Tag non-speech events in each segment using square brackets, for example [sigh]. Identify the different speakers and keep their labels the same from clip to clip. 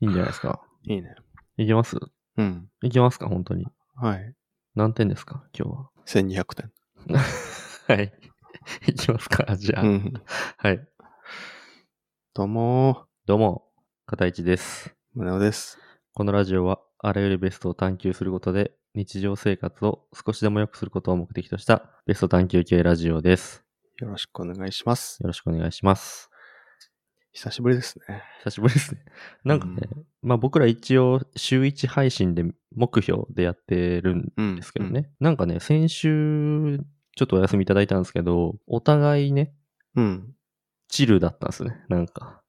Speaker 1: いいんじゃないですか。
Speaker 2: いいね。
Speaker 1: いきます
Speaker 2: うん。
Speaker 1: いきますか、本当に。
Speaker 2: はい。
Speaker 1: 何点ですか、今
Speaker 2: 1200点。
Speaker 1: 日は。はい。いきますか、じゃあ。
Speaker 2: うん。
Speaker 1: はい。
Speaker 2: どうも
Speaker 1: どうも、片市です。
Speaker 2: ー、宗男です。
Speaker 1: このラジオは、あらゆるベストを探求することで、日常生活を少しでも良くすることを目的とした、ベスト探求系ラジオです。
Speaker 2: よろしくお願いします。
Speaker 1: よろしくお願いします。
Speaker 2: 久しぶりですね。
Speaker 1: 久しぶりですね。なんかね、まあ僕ら一応、週1配信で目標でやってるん
Speaker 2: うん
Speaker 1: ですけど。ね、なんかね、先週、ちょっとお休みいただいたんですけど、お互いね、
Speaker 2: うん。
Speaker 1: チルだったんですね、なんか。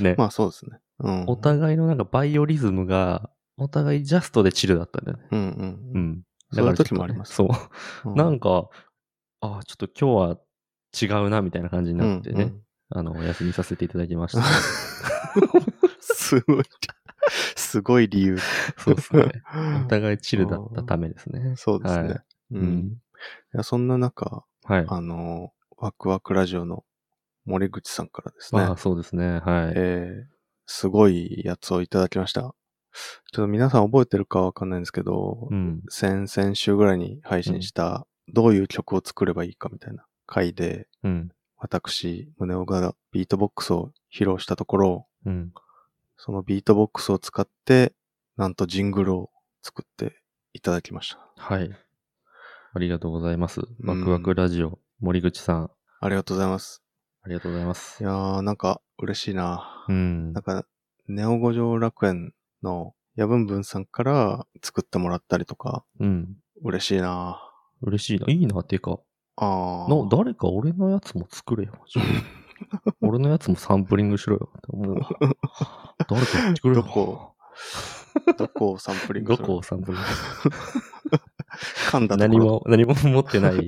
Speaker 1: ね、
Speaker 2: まあそうですね。うん。
Speaker 1: お互いのなんかバイオリズムが、お互いジャストでチルだったんだよね。
Speaker 2: うんう。
Speaker 1: うんん。
Speaker 2: そういう
Speaker 1: だからち
Speaker 2: 時
Speaker 1: ょっとね
Speaker 2: もあります。
Speaker 1: そう。
Speaker 2: う
Speaker 1: なんか、ああ、ちょっと今日は違うな、みたいな感じになってね、
Speaker 2: うんう
Speaker 1: [laughs]
Speaker 2: ん
Speaker 1: あの、お休みさせていただき
Speaker 2: [laughs]
Speaker 1: ました。
Speaker 2: すごい、すごい理由。
Speaker 1: そうですね。お互いチルだったためですね。
Speaker 2: そうですね。
Speaker 1: は
Speaker 2: う。
Speaker 1: うんん。
Speaker 2: いや、そんな中、
Speaker 1: はい。
Speaker 2: あの、ワクワクラジオの森口さんからですね
Speaker 1: あ、あ、そうですね。はい。
Speaker 2: えーすごいやつをいただきました。ちょっと皆さん覚えてるかわかんないんですけど、
Speaker 1: うん。
Speaker 2: 先々週ぐらいに配信した、どういう曲を作ればいいかみたいな回で、
Speaker 1: うん。
Speaker 2: 私、宗男がビートボックスを披露したところ、
Speaker 1: うん。
Speaker 2: そのビートボックスを使って、なんとジングルを作っていただきました。
Speaker 1: はい。ありがとうございます。
Speaker 2: ん
Speaker 1: ワクワクラジオ、森口さん、あ
Speaker 2: ありがとうございます。
Speaker 1: りがとうございま
Speaker 2: い
Speaker 1: す。
Speaker 2: やー、なんか嬉しいな。
Speaker 1: うん
Speaker 2: なん。か、ネオ五条楽園の夜分分さんから作ってもらったりとか、
Speaker 1: うん。
Speaker 2: 嬉しいな。
Speaker 1: 嬉しいな。いいな、てか。
Speaker 2: ああ。
Speaker 1: の、誰か俺のやつも作れよ。じゃ
Speaker 2: [laughs]
Speaker 1: あ俺のやつもサンプリングしろよ。もう、誰かやってくれよ。
Speaker 2: どこ
Speaker 1: [laughs]
Speaker 2: どこをサンプリング
Speaker 1: ど
Speaker 2: する
Speaker 1: こをサンプリング
Speaker 2: 噛んだところ
Speaker 1: 何も、何も持っ
Speaker 2: [laughs]
Speaker 1: てない、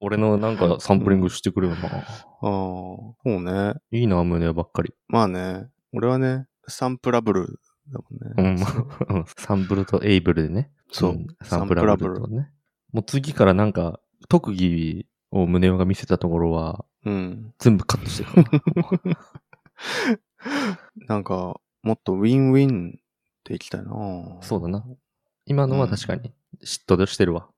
Speaker 1: 俺のなんかサンプリングしてくれよな。
Speaker 2: ああ、そうね。
Speaker 1: いいな、胸ばっかり。
Speaker 2: まあね。俺はね、サンプラブルだ
Speaker 1: う
Speaker 2: もんね。
Speaker 1: ん。 [laughs] サンプルとエイブルでね。
Speaker 2: そうん
Speaker 1: サンプラブル
Speaker 2: サン
Speaker 1: と
Speaker 2: プ
Speaker 1: ね。もう次からなんか、特技を胸が見せたところは、
Speaker 2: うん。
Speaker 1: 全部カットして
Speaker 2: [laughs]
Speaker 1: るから。
Speaker 2: なんか、もっとウィンウィンっていきたいな。
Speaker 1: そうだな。今のは確かに、嫉妬してるわ。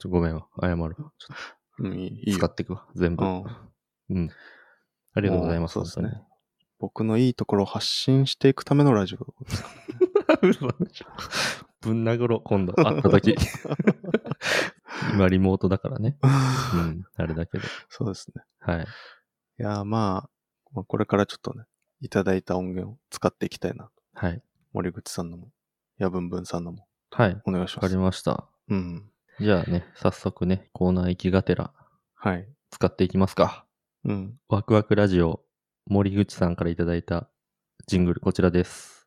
Speaker 1: ちょごめんわ。謝るわ。ちょっ
Speaker 2: [laughs] うん。い
Speaker 1: と
Speaker 2: い
Speaker 1: 使
Speaker 2: よ。
Speaker 1: っていくわ。全部。
Speaker 2: うん
Speaker 1: うん。ありがとうございます。
Speaker 2: もうそうですね僕のいいところを発信していくためのラジオ。
Speaker 1: 本当に。 [laughs] 嘘でしょぶん殴ろう、今度。会った
Speaker 2: [laughs]
Speaker 1: 時。今、リモートだからね。うん。あれだけど。
Speaker 2: [laughs] そうですね。
Speaker 1: は
Speaker 2: い
Speaker 1: い。
Speaker 2: やー、まあ、まあ、これからちょっとね、いただいた音源を使っていきたいな。
Speaker 1: はい。
Speaker 2: 森口さんのも、やぶんぶんさんのも、
Speaker 1: はい。わ
Speaker 2: お願いしま
Speaker 1: かり
Speaker 2: す。
Speaker 1: ました。
Speaker 2: うん。
Speaker 1: じゃあね、早速ね、コーナー行きがてら
Speaker 2: はい。
Speaker 1: 使っていきますか。
Speaker 2: うん。
Speaker 1: ワクワクラジオ、森口さんからいただいたジングル、こちらです。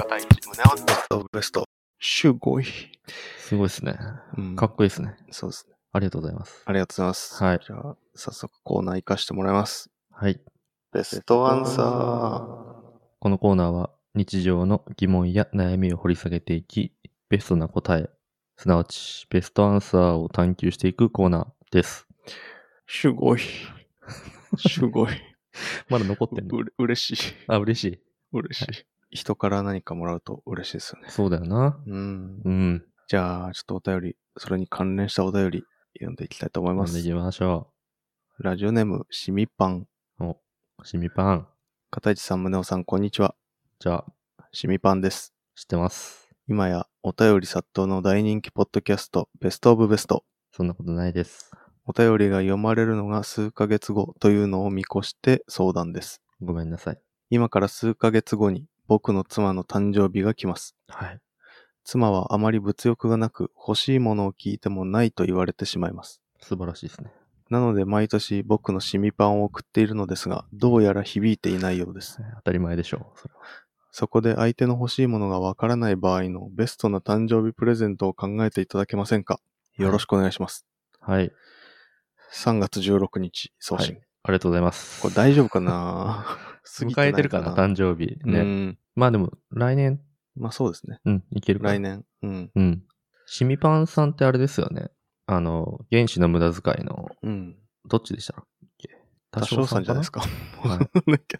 Speaker 2: 片一胸をベストベスト。すごい。
Speaker 1: すごいですね。
Speaker 2: うん
Speaker 1: かっこいいですね。
Speaker 2: そうですね。
Speaker 1: ありがとうございます。
Speaker 2: ありがとうございます。
Speaker 1: はい
Speaker 2: じゃあ、早速コーナー行かしてもらいます。
Speaker 1: はい。
Speaker 2: ベストアンサ
Speaker 1: このコーナーは日常の疑問や悩みを掘り下げていき、ベストな答え、すなわちベストアンサーを探求していくコーナーです。
Speaker 2: ー。すごい。すごい。
Speaker 1: まだ残ってんの
Speaker 2: うれ嬉しい。
Speaker 1: あ、嬉しい。
Speaker 2: 嬉しい。人から何かもらうと嬉しいですよね。
Speaker 1: そうだよな。
Speaker 2: うん。
Speaker 1: うん。
Speaker 2: じゃあ、ちょっとお便り、それに関連したお便り、読んでいきたいと思いま
Speaker 1: 読んですい。きましょ
Speaker 2: ラジオネーム、しみぱん。
Speaker 1: う。お、しみパン。
Speaker 2: 片市さん、宗男さん、こんにちは。
Speaker 1: じゃあ、
Speaker 2: しみぱんです。
Speaker 1: 知ってます。
Speaker 2: 今やお便り殺到の大人気ポッドキャスト、ベストオブベスト。
Speaker 1: そんなことないです。
Speaker 2: お便りが読まれるのが数ヶ月後というのを見越して相談です。
Speaker 1: ごめんなさい。
Speaker 2: 今から数ヶ月後に僕の妻の誕生日が来ます。
Speaker 1: はい。
Speaker 2: 妻はあまり物欲がなく欲しいものを聞いてもないと言われてしまいます。
Speaker 1: 素晴らしいですね。
Speaker 2: なので毎年僕のシミパンを送っているのですが、どうやら響いていないようです。
Speaker 1: 当たり前でしょう。それは。
Speaker 2: そこで相手の欲しいものがわからない場合のベストな誕生日プレゼントを考えていただけませんかよろしくお願いします。
Speaker 1: はい。
Speaker 2: 3月16日送信。
Speaker 1: はありがとうございます。
Speaker 2: これ大丈夫かな過ぎ
Speaker 1: [laughs] 迎えてるか
Speaker 2: な
Speaker 1: ない
Speaker 2: [laughs]
Speaker 1: 誕生日。
Speaker 2: う
Speaker 1: ね。
Speaker 2: ん。
Speaker 1: まあでも、来年、
Speaker 2: まあそうですね。
Speaker 1: うん、いけるかな
Speaker 2: 来年。うん。
Speaker 1: うん。シミパンさんってあれですよね。あの、原始の無駄遣いの
Speaker 2: うん。
Speaker 1: どっちでしたっけ
Speaker 2: 多少さんじゃないです
Speaker 1: か
Speaker 2: か。
Speaker 1: な。はい
Speaker 2: [laughs] なんか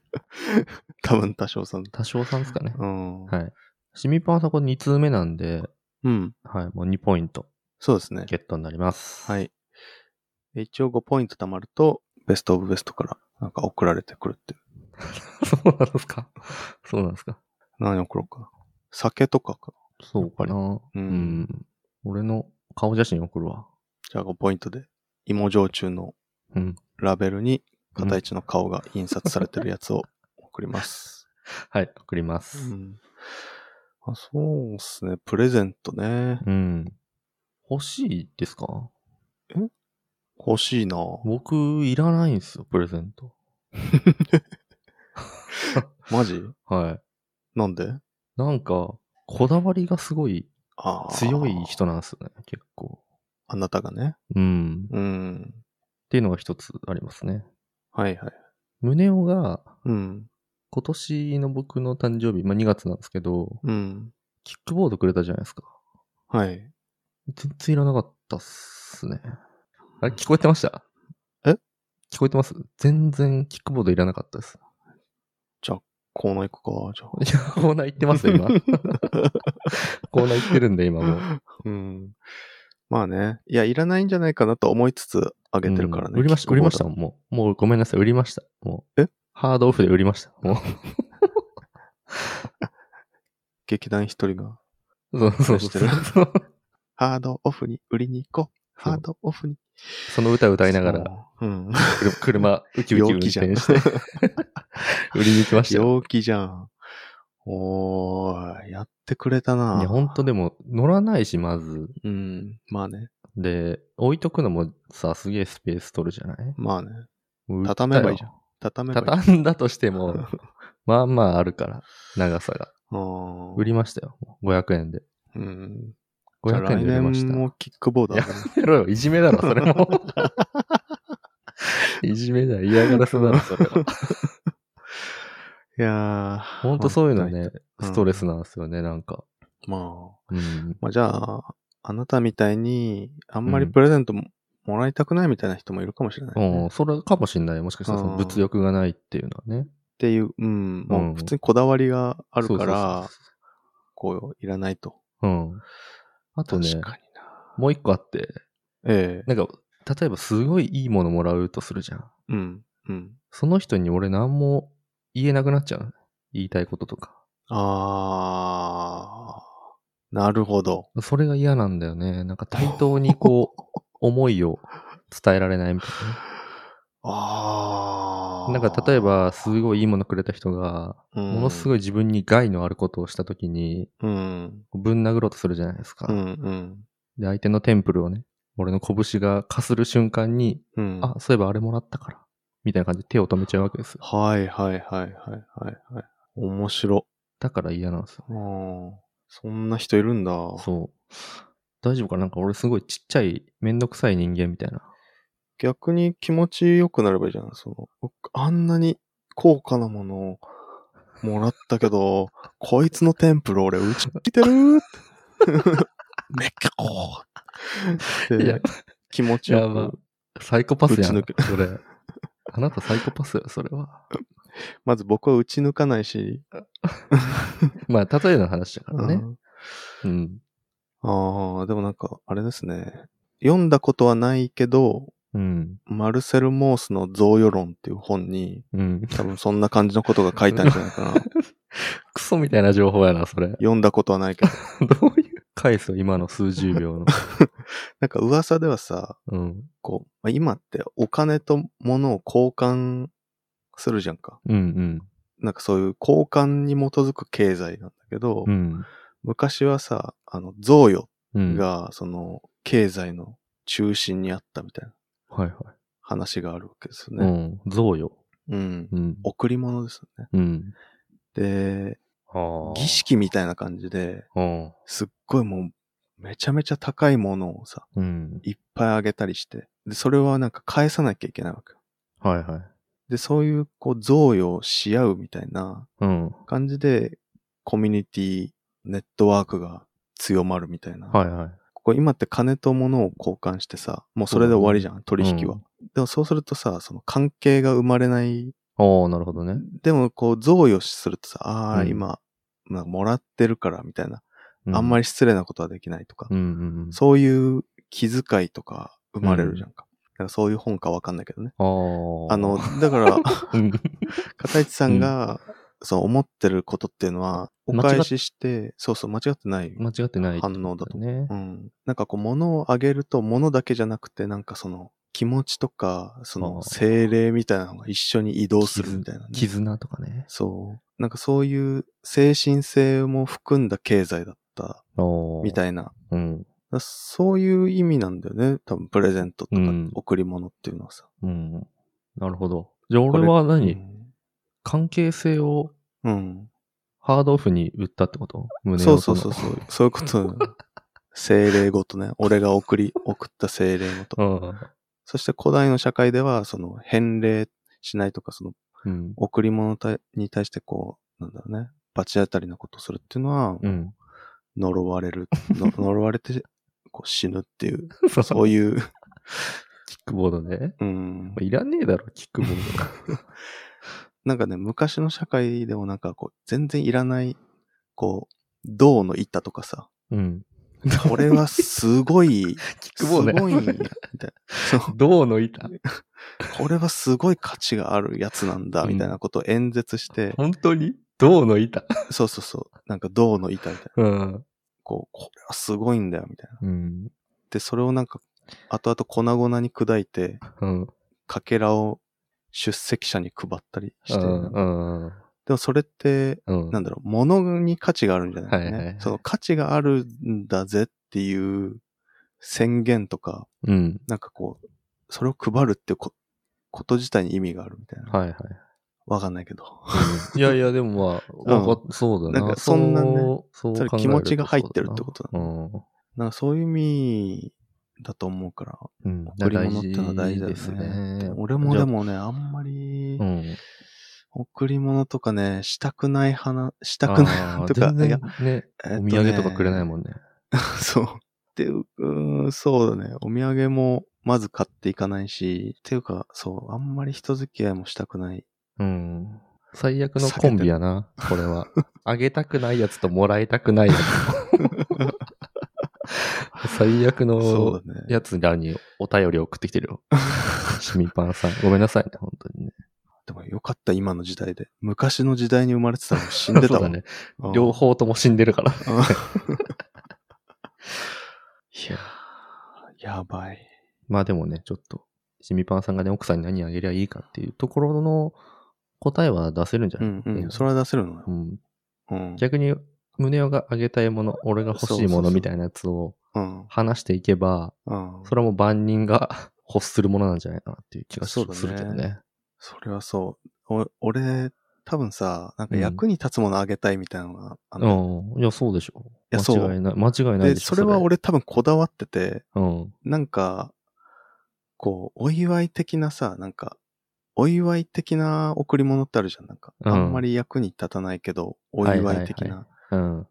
Speaker 2: 多分多少さん。
Speaker 1: 多少さんですかね。
Speaker 2: [laughs] うん。
Speaker 1: はい。シミパンさんこれ2通目なんで、
Speaker 2: うん。
Speaker 1: はい、もう2ポイント
Speaker 2: そうですね。
Speaker 1: ゲットになります。
Speaker 2: はい。一応5ポイント貯まると、ベストオブベストからなんか送られてくるっていう。
Speaker 1: [laughs] そうなんですかそうなんですか
Speaker 2: 何送ろうかな。酒とかかな。
Speaker 1: そうかな。
Speaker 2: りうん
Speaker 1: うん。俺の顔写真送るわ。
Speaker 2: じゃあ5ポイントで、芋焼酎の
Speaker 1: うん。
Speaker 2: ラベルに片一の顔が印刷されてるやつを送ります。
Speaker 1: はい、送りま
Speaker 2: う
Speaker 1: す。
Speaker 2: ん、あそうっすね。プレゼントね。
Speaker 1: うん。欲しいですか
Speaker 2: 欲しいな。
Speaker 1: 僕、いらないんですよ、プレゼント。
Speaker 2: マジ
Speaker 1: はい。
Speaker 2: なんで
Speaker 1: なんか、こだわりがすごい
Speaker 2: あー
Speaker 1: 強い人なんですよね、結構。
Speaker 2: あなたがね。
Speaker 1: うん。っ
Speaker 2: うん。
Speaker 1: ていうのが一つありますね。
Speaker 2: はいはい。
Speaker 1: 宗男が、
Speaker 2: うん。
Speaker 1: 今年の僕の誕生日、まあ2月なんですけど、
Speaker 2: うん。
Speaker 1: キックボードくれたじゃないですか。
Speaker 2: はい。
Speaker 1: 全然いらなかったっすね。あれ、聞こえてました
Speaker 2: え
Speaker 1: 聞こえてます全然キックボードいらなかったです。
Speaker 2: コーナー行くか、じゃ
Speaker 1: いや、コーナー行ってますよ、今。コーナー行ってるんで、今もう。 [laughs]
Speaker 2: あ。うん。まあね。いや、いらないんじゃないかなと思いつつ、あげてるからね。
Speaker 1: うん売りました、
Speaker 2: キッ
Speaker 1: 売
Speaker 2: クボー
Speaker 1: りま
Speaker 2: ド
Speaker 1: した、もう。もうごめんなさい、売りました。もう。
Speaker 2: え
Speaker 1: ハードオフで売りました。
Speaker 2: [laughs]
Speaker 1: も
Speaker 2: 劇団一人が、
Speaker 1: う。そうそう
Speaker 2: し
Speaker 1: そ
Speaker 2: て
Speaker 1: う
Speaker 2: る
Speaker 1: そう。
Speaker 2: ハードオフに売りに行こう。
Speaker 1: そう
Speaker 2: ハードオフに。
Speaker 1: [laughs] その歌歌いながら、
Speaker 2: そう。
Speaker 1: [laughs]
Speaker 2: うん。
Speaker 1: 車車、ウキウキ運
Speaker 2: 陽気
Speaker 1: 転
Speaker 2: じゃん
Speaker 1: して、売りに行きましたよ。
Speaker 2: 陽気じゃん。おーい、やってくれたな。
Speaker 1: いや、ほんとでも、乗らないし、まず。
Speaker 2: うん。まあね。
Speaker 1: で、置いとくのもさ、すげえスペース取るじゃない
Speaker 2: まあね。
Speaker 1: もう売ったよ
Speaker 2: 畳めばいいじゃん。畳めばいい。
Speaker 1: 畳んだとし
Speaker 2: [laughs]
Speaker 1: ても、まあまああるから、長さが。
Speaker 2: うん
Speaker 1: 売りましたよ。500円で。
Speaker 2: うん。じゃあ
Speaker 1: 500
Speaker 2: 来
Speaker 1: 円で売れまし
Speaker 2: 年
Speaker 1: た。
Speaker 2: もキックボードだね。
Speaker 1: やろよ、いじめだろ、それも。 [laughs] いじめだよ、嫌がらせだろ、それ [laughs] は。
Speaker 2: いやー。
Speaker 1: ほんとそういうのね、
Speaker 2: うん
Speaker 1: ストレスなんですよね、なんか。
Speaker 2: まあ。
Speaker 1: うん。
Speaker 2: まあじゃあ、あなたみたいに、あんまりプレゼントももらいたくないみたいな人もいるかもしれない、ね
Speaker 1: うん、
Speaker 2: っ
Speaker 1: それかもしんない。もしかしたらその物欲がないっていうのはね。
Speaker 2: ていう、うん。も
Speaker 1: う
Speaker 2: うん普通にこだわりがあるから、
Speaker 1: そうそう
Speaker 2: こう、いらないと。
Speaker 1: そううん。あと
Speaker 2: 確
Speaker 1: ね、
Speaker 2: かにな。
Speaker 1: もう一個あって、
Speaker 2: ええ
Speaker 1: なんか、例えばすごいいいものもらうとするじゃん。
Speaker 2: うん。うん。
Speaker 1: その人に俺何も言えなくなっちゃうの。言いたいこととか。
Speaker 2: あー。なるほど。
Speaker 1: それが嫌なんだよね。なんか対等にこ [laughs] う、思いを伝えられないみたい
Speaker 2: あー。
Speaker 1: な。なんか例え、ば、すごいいいものくれた人が、ものす
Speaker 2: い。
Speaker 1: ごい自分に害のあることをしたときに、
Speaker 2: うん。
Speaker 1: ぶん殴ろうとするじゃないですか。
Speaker 2: うん。うん。
Speaker 1: で、相手のテンプルをね、俺の拳がかする瞬間に、
Speaker 2: うん。
Speaker 1: あ、そういえばあれもらったから。みたいな感じで手を止めちゃうわけですよ。
Speaker 2: はいはいはいはいはい。はい面白。
Speaker 1: だから嫌なんですよ。
Speaker 2: うん。そんな人いるんだ。
Speaker 1: そう。大丈夫かななんか俺すごいちっちゃい、めんどくさい人間みたいな。
Speaker 2: 逆に気持ちよくなればいいじゃん。その、僕あんなに高価なものをもらったけど、 [laughs] こいつのテンプル俺打ち切ってるーって [laughs] めっきゃこう
Speaker 1: い
Speaker 2: っ
Speaker 1: や
Speaker 2: て気持ち
Speaker 1: やば
Speaker 2: よ
Speaker 1: サイコパスやん。
Speaker 2: ぶち抜
Speaker 1: それ。 [laughs] あなたサイコパスよ、それは。
Speaker 2: く。まず僕は打ち抜かないし。
Speaker 1: まあ、例えの話だから
Speaker 2: う
Speaker 1: ね。
Speaker 2: ん
Speaker 1: うん。
Speaker 2: ああ、でもなんか、あれですね。読んだことはないけど、
Speaker 1: うん。
Speaker 2: マルセル・モースの贈与論っていう本に、
Speaker 1: うん。
Speaker 2: 多分そんな感じのことが書いたんじゃないかな。
Speaker 1: [laughs] クソみたいな情報やな、それ。ど
Speaker 2: 読んだことはないけど。
Speaker 1: [laughs] ういう返すよ、今の数十秒
Speaker 2: [laughs]
Speaker 1: の。
Speaker 2: なんか噂ではさ、
Speaker 1: うん。
Speaker 2: こう、まあ今ってお金と物を交換するじゃんか。
Speaker 1: うんうん。
Speaker 2: なんかそういう交換に基づく経済なんだけど、
Speaker 1: うん。
Speaker 2: 昔はさ、あの、贈与
Speaker 1: うん。
Speaker 2: が、その、経済の中心にあったみたいな
Speaker 1: はいはい。
Speaker 2: 話があるわけですよ
Speaker 1: う
Speaker 2: ね。
Speaker 1: ん。贈与。
Speaker 2: うん。
Speaker 1: うん。
Speaker 2: 贈り物ですよね。
Speaker 1: うん。
Speaker 2: で、
Speaker 1: あ
Speaker 2: 儀式みたいな感じで、
Speaker 1: うん。
Speaker 2: すっごいもう、めちゃめちゃ高いものをさ、
Speaker 1: うん。
Speaker 2: いっぱいあげたりして、で、それはなんか返さなきゃいけないわけよ。
Speaker 1: はいはい。
Speaker 2: で、そういう、こう、贈与をし合うみたいな
Speaker 1: うん。
Speaker 2: 感じで、コミュニティ、ネットワークが強まるみたいな
Speaker 1: はいはい。
Speaker 2: こう今って金と物を交換してさ、もうそれで終わりじゃん、取引は。
Speaker 1: うん
Speaker 2: でもそうするとさ、その関係が生まれない。
Speaker 1: おー、なるほどね。
Speaker 2: でもこう贈与するとさ、ああ、
Speaker 1: うん
Speaker 2: 今、まあ、もらってるからみたいな、あんま
Speaker 1: り。
Speaker 2: り失礼なことはできないとか、
Speaker 1: うんうんうん。
Speaker 2: そういう気遣いとか生まれるじゃんか。だからそういう本かわかんないけどね。
Speaker 1: ああ。
Speaker 2: あ
Speaker 1: [laughs]
Speaker 2: の、、だから、
Speaker 1: うん。
Speaker 2: 片市さんが、そう思ってることっていうのは、お返しして、そうそう、間違ってない
Speaker 1: 間違ってない。
Speaker 2: 反応だと。
Speaker 1: ね
Speaker 2: う。ん。なんかこう、物をあげると、物だけじゃなくて、なんかその、気持ちとか、そ
Speaker 1: あ
Speaker 2: の、
Speaker 1: ー
Speaker 2: 精霊みたいなのが一緒に移動するみたいな、ね。
Speaker 1: 絆とかね。
Speaker 2: そう。なんかそういう精神性も含んだ経済だった
Speaker 1: おー。
Speaker 2: み
Speaker 1: い。
Speaker 2: たいな。
Speaker 1: うん。
Speaker 2: だそういう意味なんだよね。多分、プレゼントとか
Speaker 1: うん、
Speaker 2: 贈り物っていうのはさ。
Speaker 1: うん。なるほど。じゃあ
Speaker 2: こ
Speaker 1: 俺は何、
Speaker 2: うん
Speaker 1: 関係性を
Speaker 2: うん。
Speaker 1: ハードオフに売ったってこと胸
Speaker 2: そう
Speaker 1: を
Speaker 2: そうそうそう。そういうこと。
Speaker 1: [laughs]
Speaker 2: 精霊ごとね。俺が送り、送った精霊ごと。
Speaker 1: うん。
Speaker 2: そして古代の社会では、その、返礼しないとか、その、
Speaker 1: うん。
Speaker 2: 贈り物たに対してこう、なんだろうね、罰当たりなことをするっていうのは、
Speaker 1: うん。
Speaker 2: 呪われる、の呪われてこう死ぬっていう、
Speaker 1: そう
Speaker 2: そういう、
Speaker 1: キックボードね。
Speaker 2: うん
Speaker 1: まあ、いらねえだろ、キックボ
Speaker 2: [laughs]
Speaker 1: ード。
Speaker 2: なんかね、昔の社会でもなんかこう、全然いらない、こう、銅の板とかさ、
Speaker 1: うん。
Speaker 2: これはすごい、
Speaker 1: キッ
Speaker 2: す
Speaker 1: ク
Speaker 2: ご
Speaker 1: ボ
Speaker 2: い
Speaker 1: ード
Speaker 2: んや、みた
Speaker 1: ね
Speaker 2: い。な。そう
Speaker 1: 銅の板。
Speaker 2: これはすごい価値があるやつなんだ、みたいなことを演説して、
Speaker 1: 本当に銅の板。
Speaker 2: そうそうそう、なんか銅の板みたいな。
Speaker 1: うん。
Speaker 2: こう、これはすごいんだよ、みたいな。
Speaker 1: うん。
Speaker 2: で、それをなんか、後々粉々に砕いて、
Speaker 1: うん。
Speaker 2: かけらを出席者に配ったりして、
Speaker 1: うん。
Speaker 2: でもそれって、
Speaker 1: うん。
Speaker 2: なんだろう、物に価値があるんじゃないかね、
Speaker 1: はいはいはい
Speaker 2: その価値があるんだぜっていう宣言とか、
Speaker 1: うん。
Speaker 2: なんかこう、それを配るってここと自体に意味があるみたいな。
Speaker 1: はいはい。
Speaker 2: わかんないけど。
Speaker 1: いやい
Speaker 2: [laughs]
Speaker 1: や、でもまあ、わかそうだな。
Speaker 2: なんかそんなね
Speaker 1: そうそう考えると
Speaker 2: それ気持ちが入ってるってことだ
Speaker 1: う
Speaker 2: ね
Speaker 1: ん。
Speaker 2: なんかそういう意味だと思うから、
Speaker 1: うん。
Speaker 2: 贈り物ってのは大事だよ
Speaker 1: ですね
Speaker 2: ね。。俺もでもね、あんまり、
Speaker 1: じゃあ、うん。
Speaker 2: 贈り物とかね、したくない話、したくない
Speaker 1: あー
Speaker 2: 話とか、
Speaker 1: 全然
Speaker 2: いや、
Speaker 1: ね、
Speaker 2: えっと
Speaker 1: お
Speaker 2: ね
Speaker 1: 土産とかくれないもんね。
Speaker 2: [laughs] そう。っていう、うーん、そうだね。お土産もまず買っていかないし、っていうか、そう、あんまり人付き合いもしたくない。
Speaker 1: うん。最悪のコンビやな、これ
Speaker 2: [laughs]
Speaker 1: は。あげたくないやつともらいたくないやつ。最悪
Speaker 2: そ
Speaker 1: の
Speaker 2: うだね。
Speaker 1: やつらにお便り送ってきて
Speaker 2: [laughs]
Speaker 1: るよ。シミパンさん。ごめんなさいね、本当にね。
Speaker 2: でもよかった、今の時代で。昔の時代に生まれてたらもう死んでた
Speaker 1: そう
Speaker 2: わ。
Speaker 1: だね。
Speaker 2: うん
Speaker 1: 両。方とも死んでるから。
Speaker 2: うんい
Speaker 1: [laughs]
Speaker 2: やー、やばい。
Speaker 1: まあでもね、ちょっと、シミパンさんがね、奥さんに何あげりゃいいかっていうところの答えは出せるんじゃ
Speaker 2: う
Speaker 1: ない、
Speaker 2: んうん。それは出せるのよ
Speaker 1: う。ん
Speaker 2: うん。
Speaker 1: 逆に、胸をがあげたいもの、俺が欲しいものみたいなやつを
Speaker 2: うん。
Speaker 1: 話していけば、
Speaker 2: うん。
Speaker 1: それはもう万人が [laughs] 欲するものなんじゃないかなっていう気がす
Speaker 2: そうだね
Speaker 1: るするけどね。
Speaker 2: それはそう。お俺、多分さ、なんか役に立つものあげたいみたいなのがある、
Speaker 1: うん。いや、そうでしょ。
Speaker 2: やそう
Speaker 1: 間違いない。間違いない
Speaker 2: で、
Speaker 1: でしょ。
Speaker 2: それは、俺多分こだわってて、
Speaker 1: うん。
Speaker 2: なんか、こう、お祝い的なさ、なんか、お祝い的な贈り物ってあるじゃん。なんか、
Speaker 1: うん
Speaker 2: あんまり役に立たないけど、お祝い的な。
Speaker 1: うん。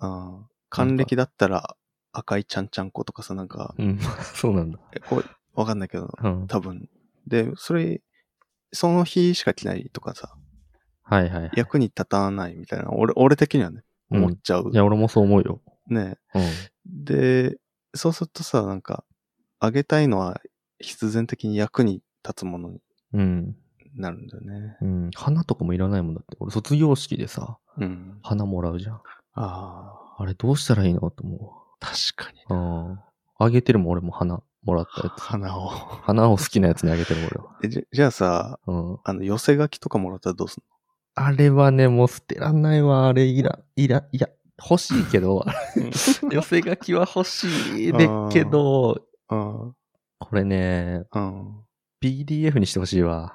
Speaker 2: あー還暦だったら赤いちゃんちゃんことかさ、なんか、
Speaker 1: うん。 [laughs] そうなんだ。
Speaker 2: えこう、わかんないけど、
Speaker 1: うん。
Speaker 2: 多分。で、それ、その日しか着ないとかさ、
Speaker 1: はいはいはい。
Speaker 2: 役に立たないみたいな、俺、俺的にはね、
Speaker 1: うん
Speaker 2: 思っちゃう。
Speaker 1: いや、俺もそう思うよ。
Speaker 2: ね。
Speaker 1: うん。
Speaker 2: で、そうするとさ、なんか、あげたいのは必然的に役に立つものに
Speaker 1: うん。
Speaker 2: なるんだよね。
Speaker 1: うん。花とかもいらないもんだって。俺、卒業式でさ、
Speaker 2: うん。
Speaker 1: 花もらうじゃん。
Speaker 2: あ
Speaker 1: あれ、どうしたらいいのと思うわ
Speaker 2: あ、確かに。。
Speaker 1: うん。あげてるもん、俺も花もらったやつ。
Speaker 2: 花を。
Speaker 1: [laughs] 花を好きなやつにあげてる、俺は。
Speaker 2: えじゃじゃあさ、
Speaker 1: うん。
Speaker 2: あの、寄せ書きとかもらったらどうすん
Speaker 1: あれはね、もう捨てらんないわ。あれ、いら、いら、いや、欲しいけど、寄せ書きは欲しいね
Speaker 2: あー
Speaker 1: けど、
Speaker 2: [laughs] の
Speaker 1: これね、
Speaker 2: ああ、うん。
Speaker 1: PDF にしてほしいわ。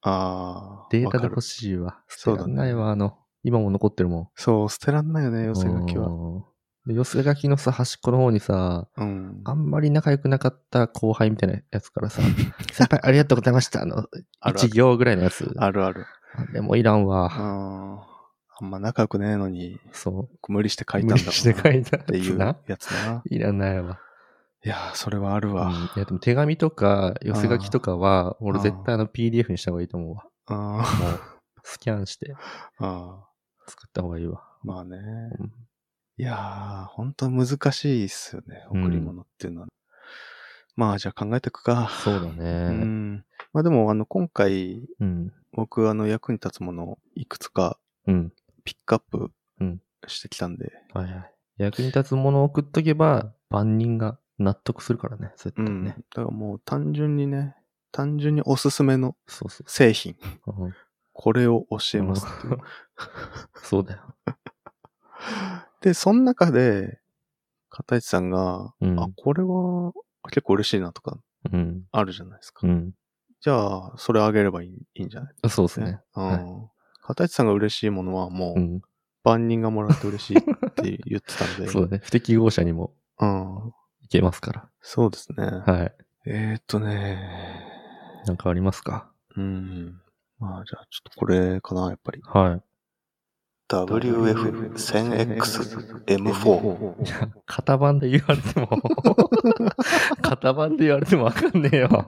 Speaker 2: ああ。
Speaker 1: データで
Speaker 2: わか
Speaker 1: 欲
Speaker 2: る
Speaker 1: しいわ。捨
Speaker 2: そう
Speaker 1: て
Speaker 2: だ
Speaker 1: ら
Speaker 2: ね
Speaker 1: んないわ、あの、今も残ってるもん。
Speaker 2: そう、捨てらんないよね、寄せ書きは。
Speaker 1: は。で寄せ書きのさ、端っこの方にさ、
Speaker 2: うん。
Speaker 1: あんまり仲良くなかった後輩みたいなやつか
Speaker 2: [laughs]
Speaker 1: らさ、先輩ありがとうございました。あの、
Speaker 2: あるあ
Speaker 1: 1
Speaker 2: る。
Speaker 1: 行ぐらいのやつ。
Speaker 2: あるある。
Speaker 1: あれもいらんわ。
Speaker 2: ああんま仲良くねえのに、
Speaker 1: そ
Speaker 2: 無理して書
Speaker 1: う。
Speaker 2: いたん
Speaker 1: 無
Speaker 2: だろ
Speaker 1: 理
Speaker 2: うな
Speaker 1: して書いた
Speaker 2: ってい
Speaker 1: な
Speaker 2: う。やつな。
Speaker 1: いらないわ。
Speaker 2: いやー、それはある
Speaker 1: うん
Speaker 2: わ。
Speaker 1: いや、でも手紙とか寄せ書きとかは、俺絶対あの PDF にした方がいいと思うわ。
Speaker 2: あ
Speaker 1: もう、スキャンして
Speaker 2: ーあ
Speaker 1: 作った方がいいわ。
Speaker 2: ー、まあね。
Speaker 1: うん
Speaker 2: いやー、ほんと難しいっすよね。
Speaker 1: うん
Speaker 2: 贈り物っていうのは。まあ、じゃあ考えていくか。
Speaker 1: そうだ
Speaker 2: う
Speaker 1: ね。
Speaker 2: ん。まあでも、あの、今回、
Speaker 1: うん。
Speaker 2: 僕、あの、役に立つものをいくつか
Speaker 1: うん。
Speaker 2: ピックアップ
Speaker 1: うん
Speaker 2: してきたんで。
Speaker 1: はいはい。役に立つものを送っとけば、万人が納得するからね、絶
Speaker 2: う
Speaker 1: 対
Speaker 2: ん。
Speaker 1: ね。
Speaker 2: だからもう単純にね、単純におすすめの
Speaker 1: そうそ
Speaker 2: 製品、
Speaker 1: う。うん
Speaker 2: これを教えますっていう
Speaker 1: うん [laughs] そうだよ。
Speaker 2: [laughs] で、その中で、片市さんが、
Speaker 1: うん
Speaker 2: あ、これは結構嬉しいなとか
Speaker 1: うん。
Speaker 2: あるじゃないですか。
Speaker 1: うん。
Speaker 2: じゃあ、それあげればいいいいんじゃない
Speaker 1: そうで
Speaker 2: です
Speaker 1: ね。
Speaker 2: う
Speaker 1: はい
Speaker 2: ん。片市さんが嬉しいものはも
Speaker 1: う
Speaker 2: う、
Speaker 1: ん。
Speaker 2: 万人がもらって嬉しいって言ってたんで。
Speaker 1: [laughs] そうだね。不適合者にも
Speaker 2: うん。
Speaker 1: いけますか
Speaker 2: そうですね。
Speaker 1: ら。はい。
Speaker 2: えー、っとね、
Speaker 1: なんかありますか
Speaker 2: うん。まあ、じゃあ、ちょっとこれかな、やっぱり。
Speaker 1: は [laughs]
Speaker 2: WF1000XM4。
Speaker 1: い。いや、型番で言われ
Speaker 2: [laughs]
Speaker 1: ても、型番で言われてもわかんねえ
Speaker 2: [laughs]
Speaker 1: よ。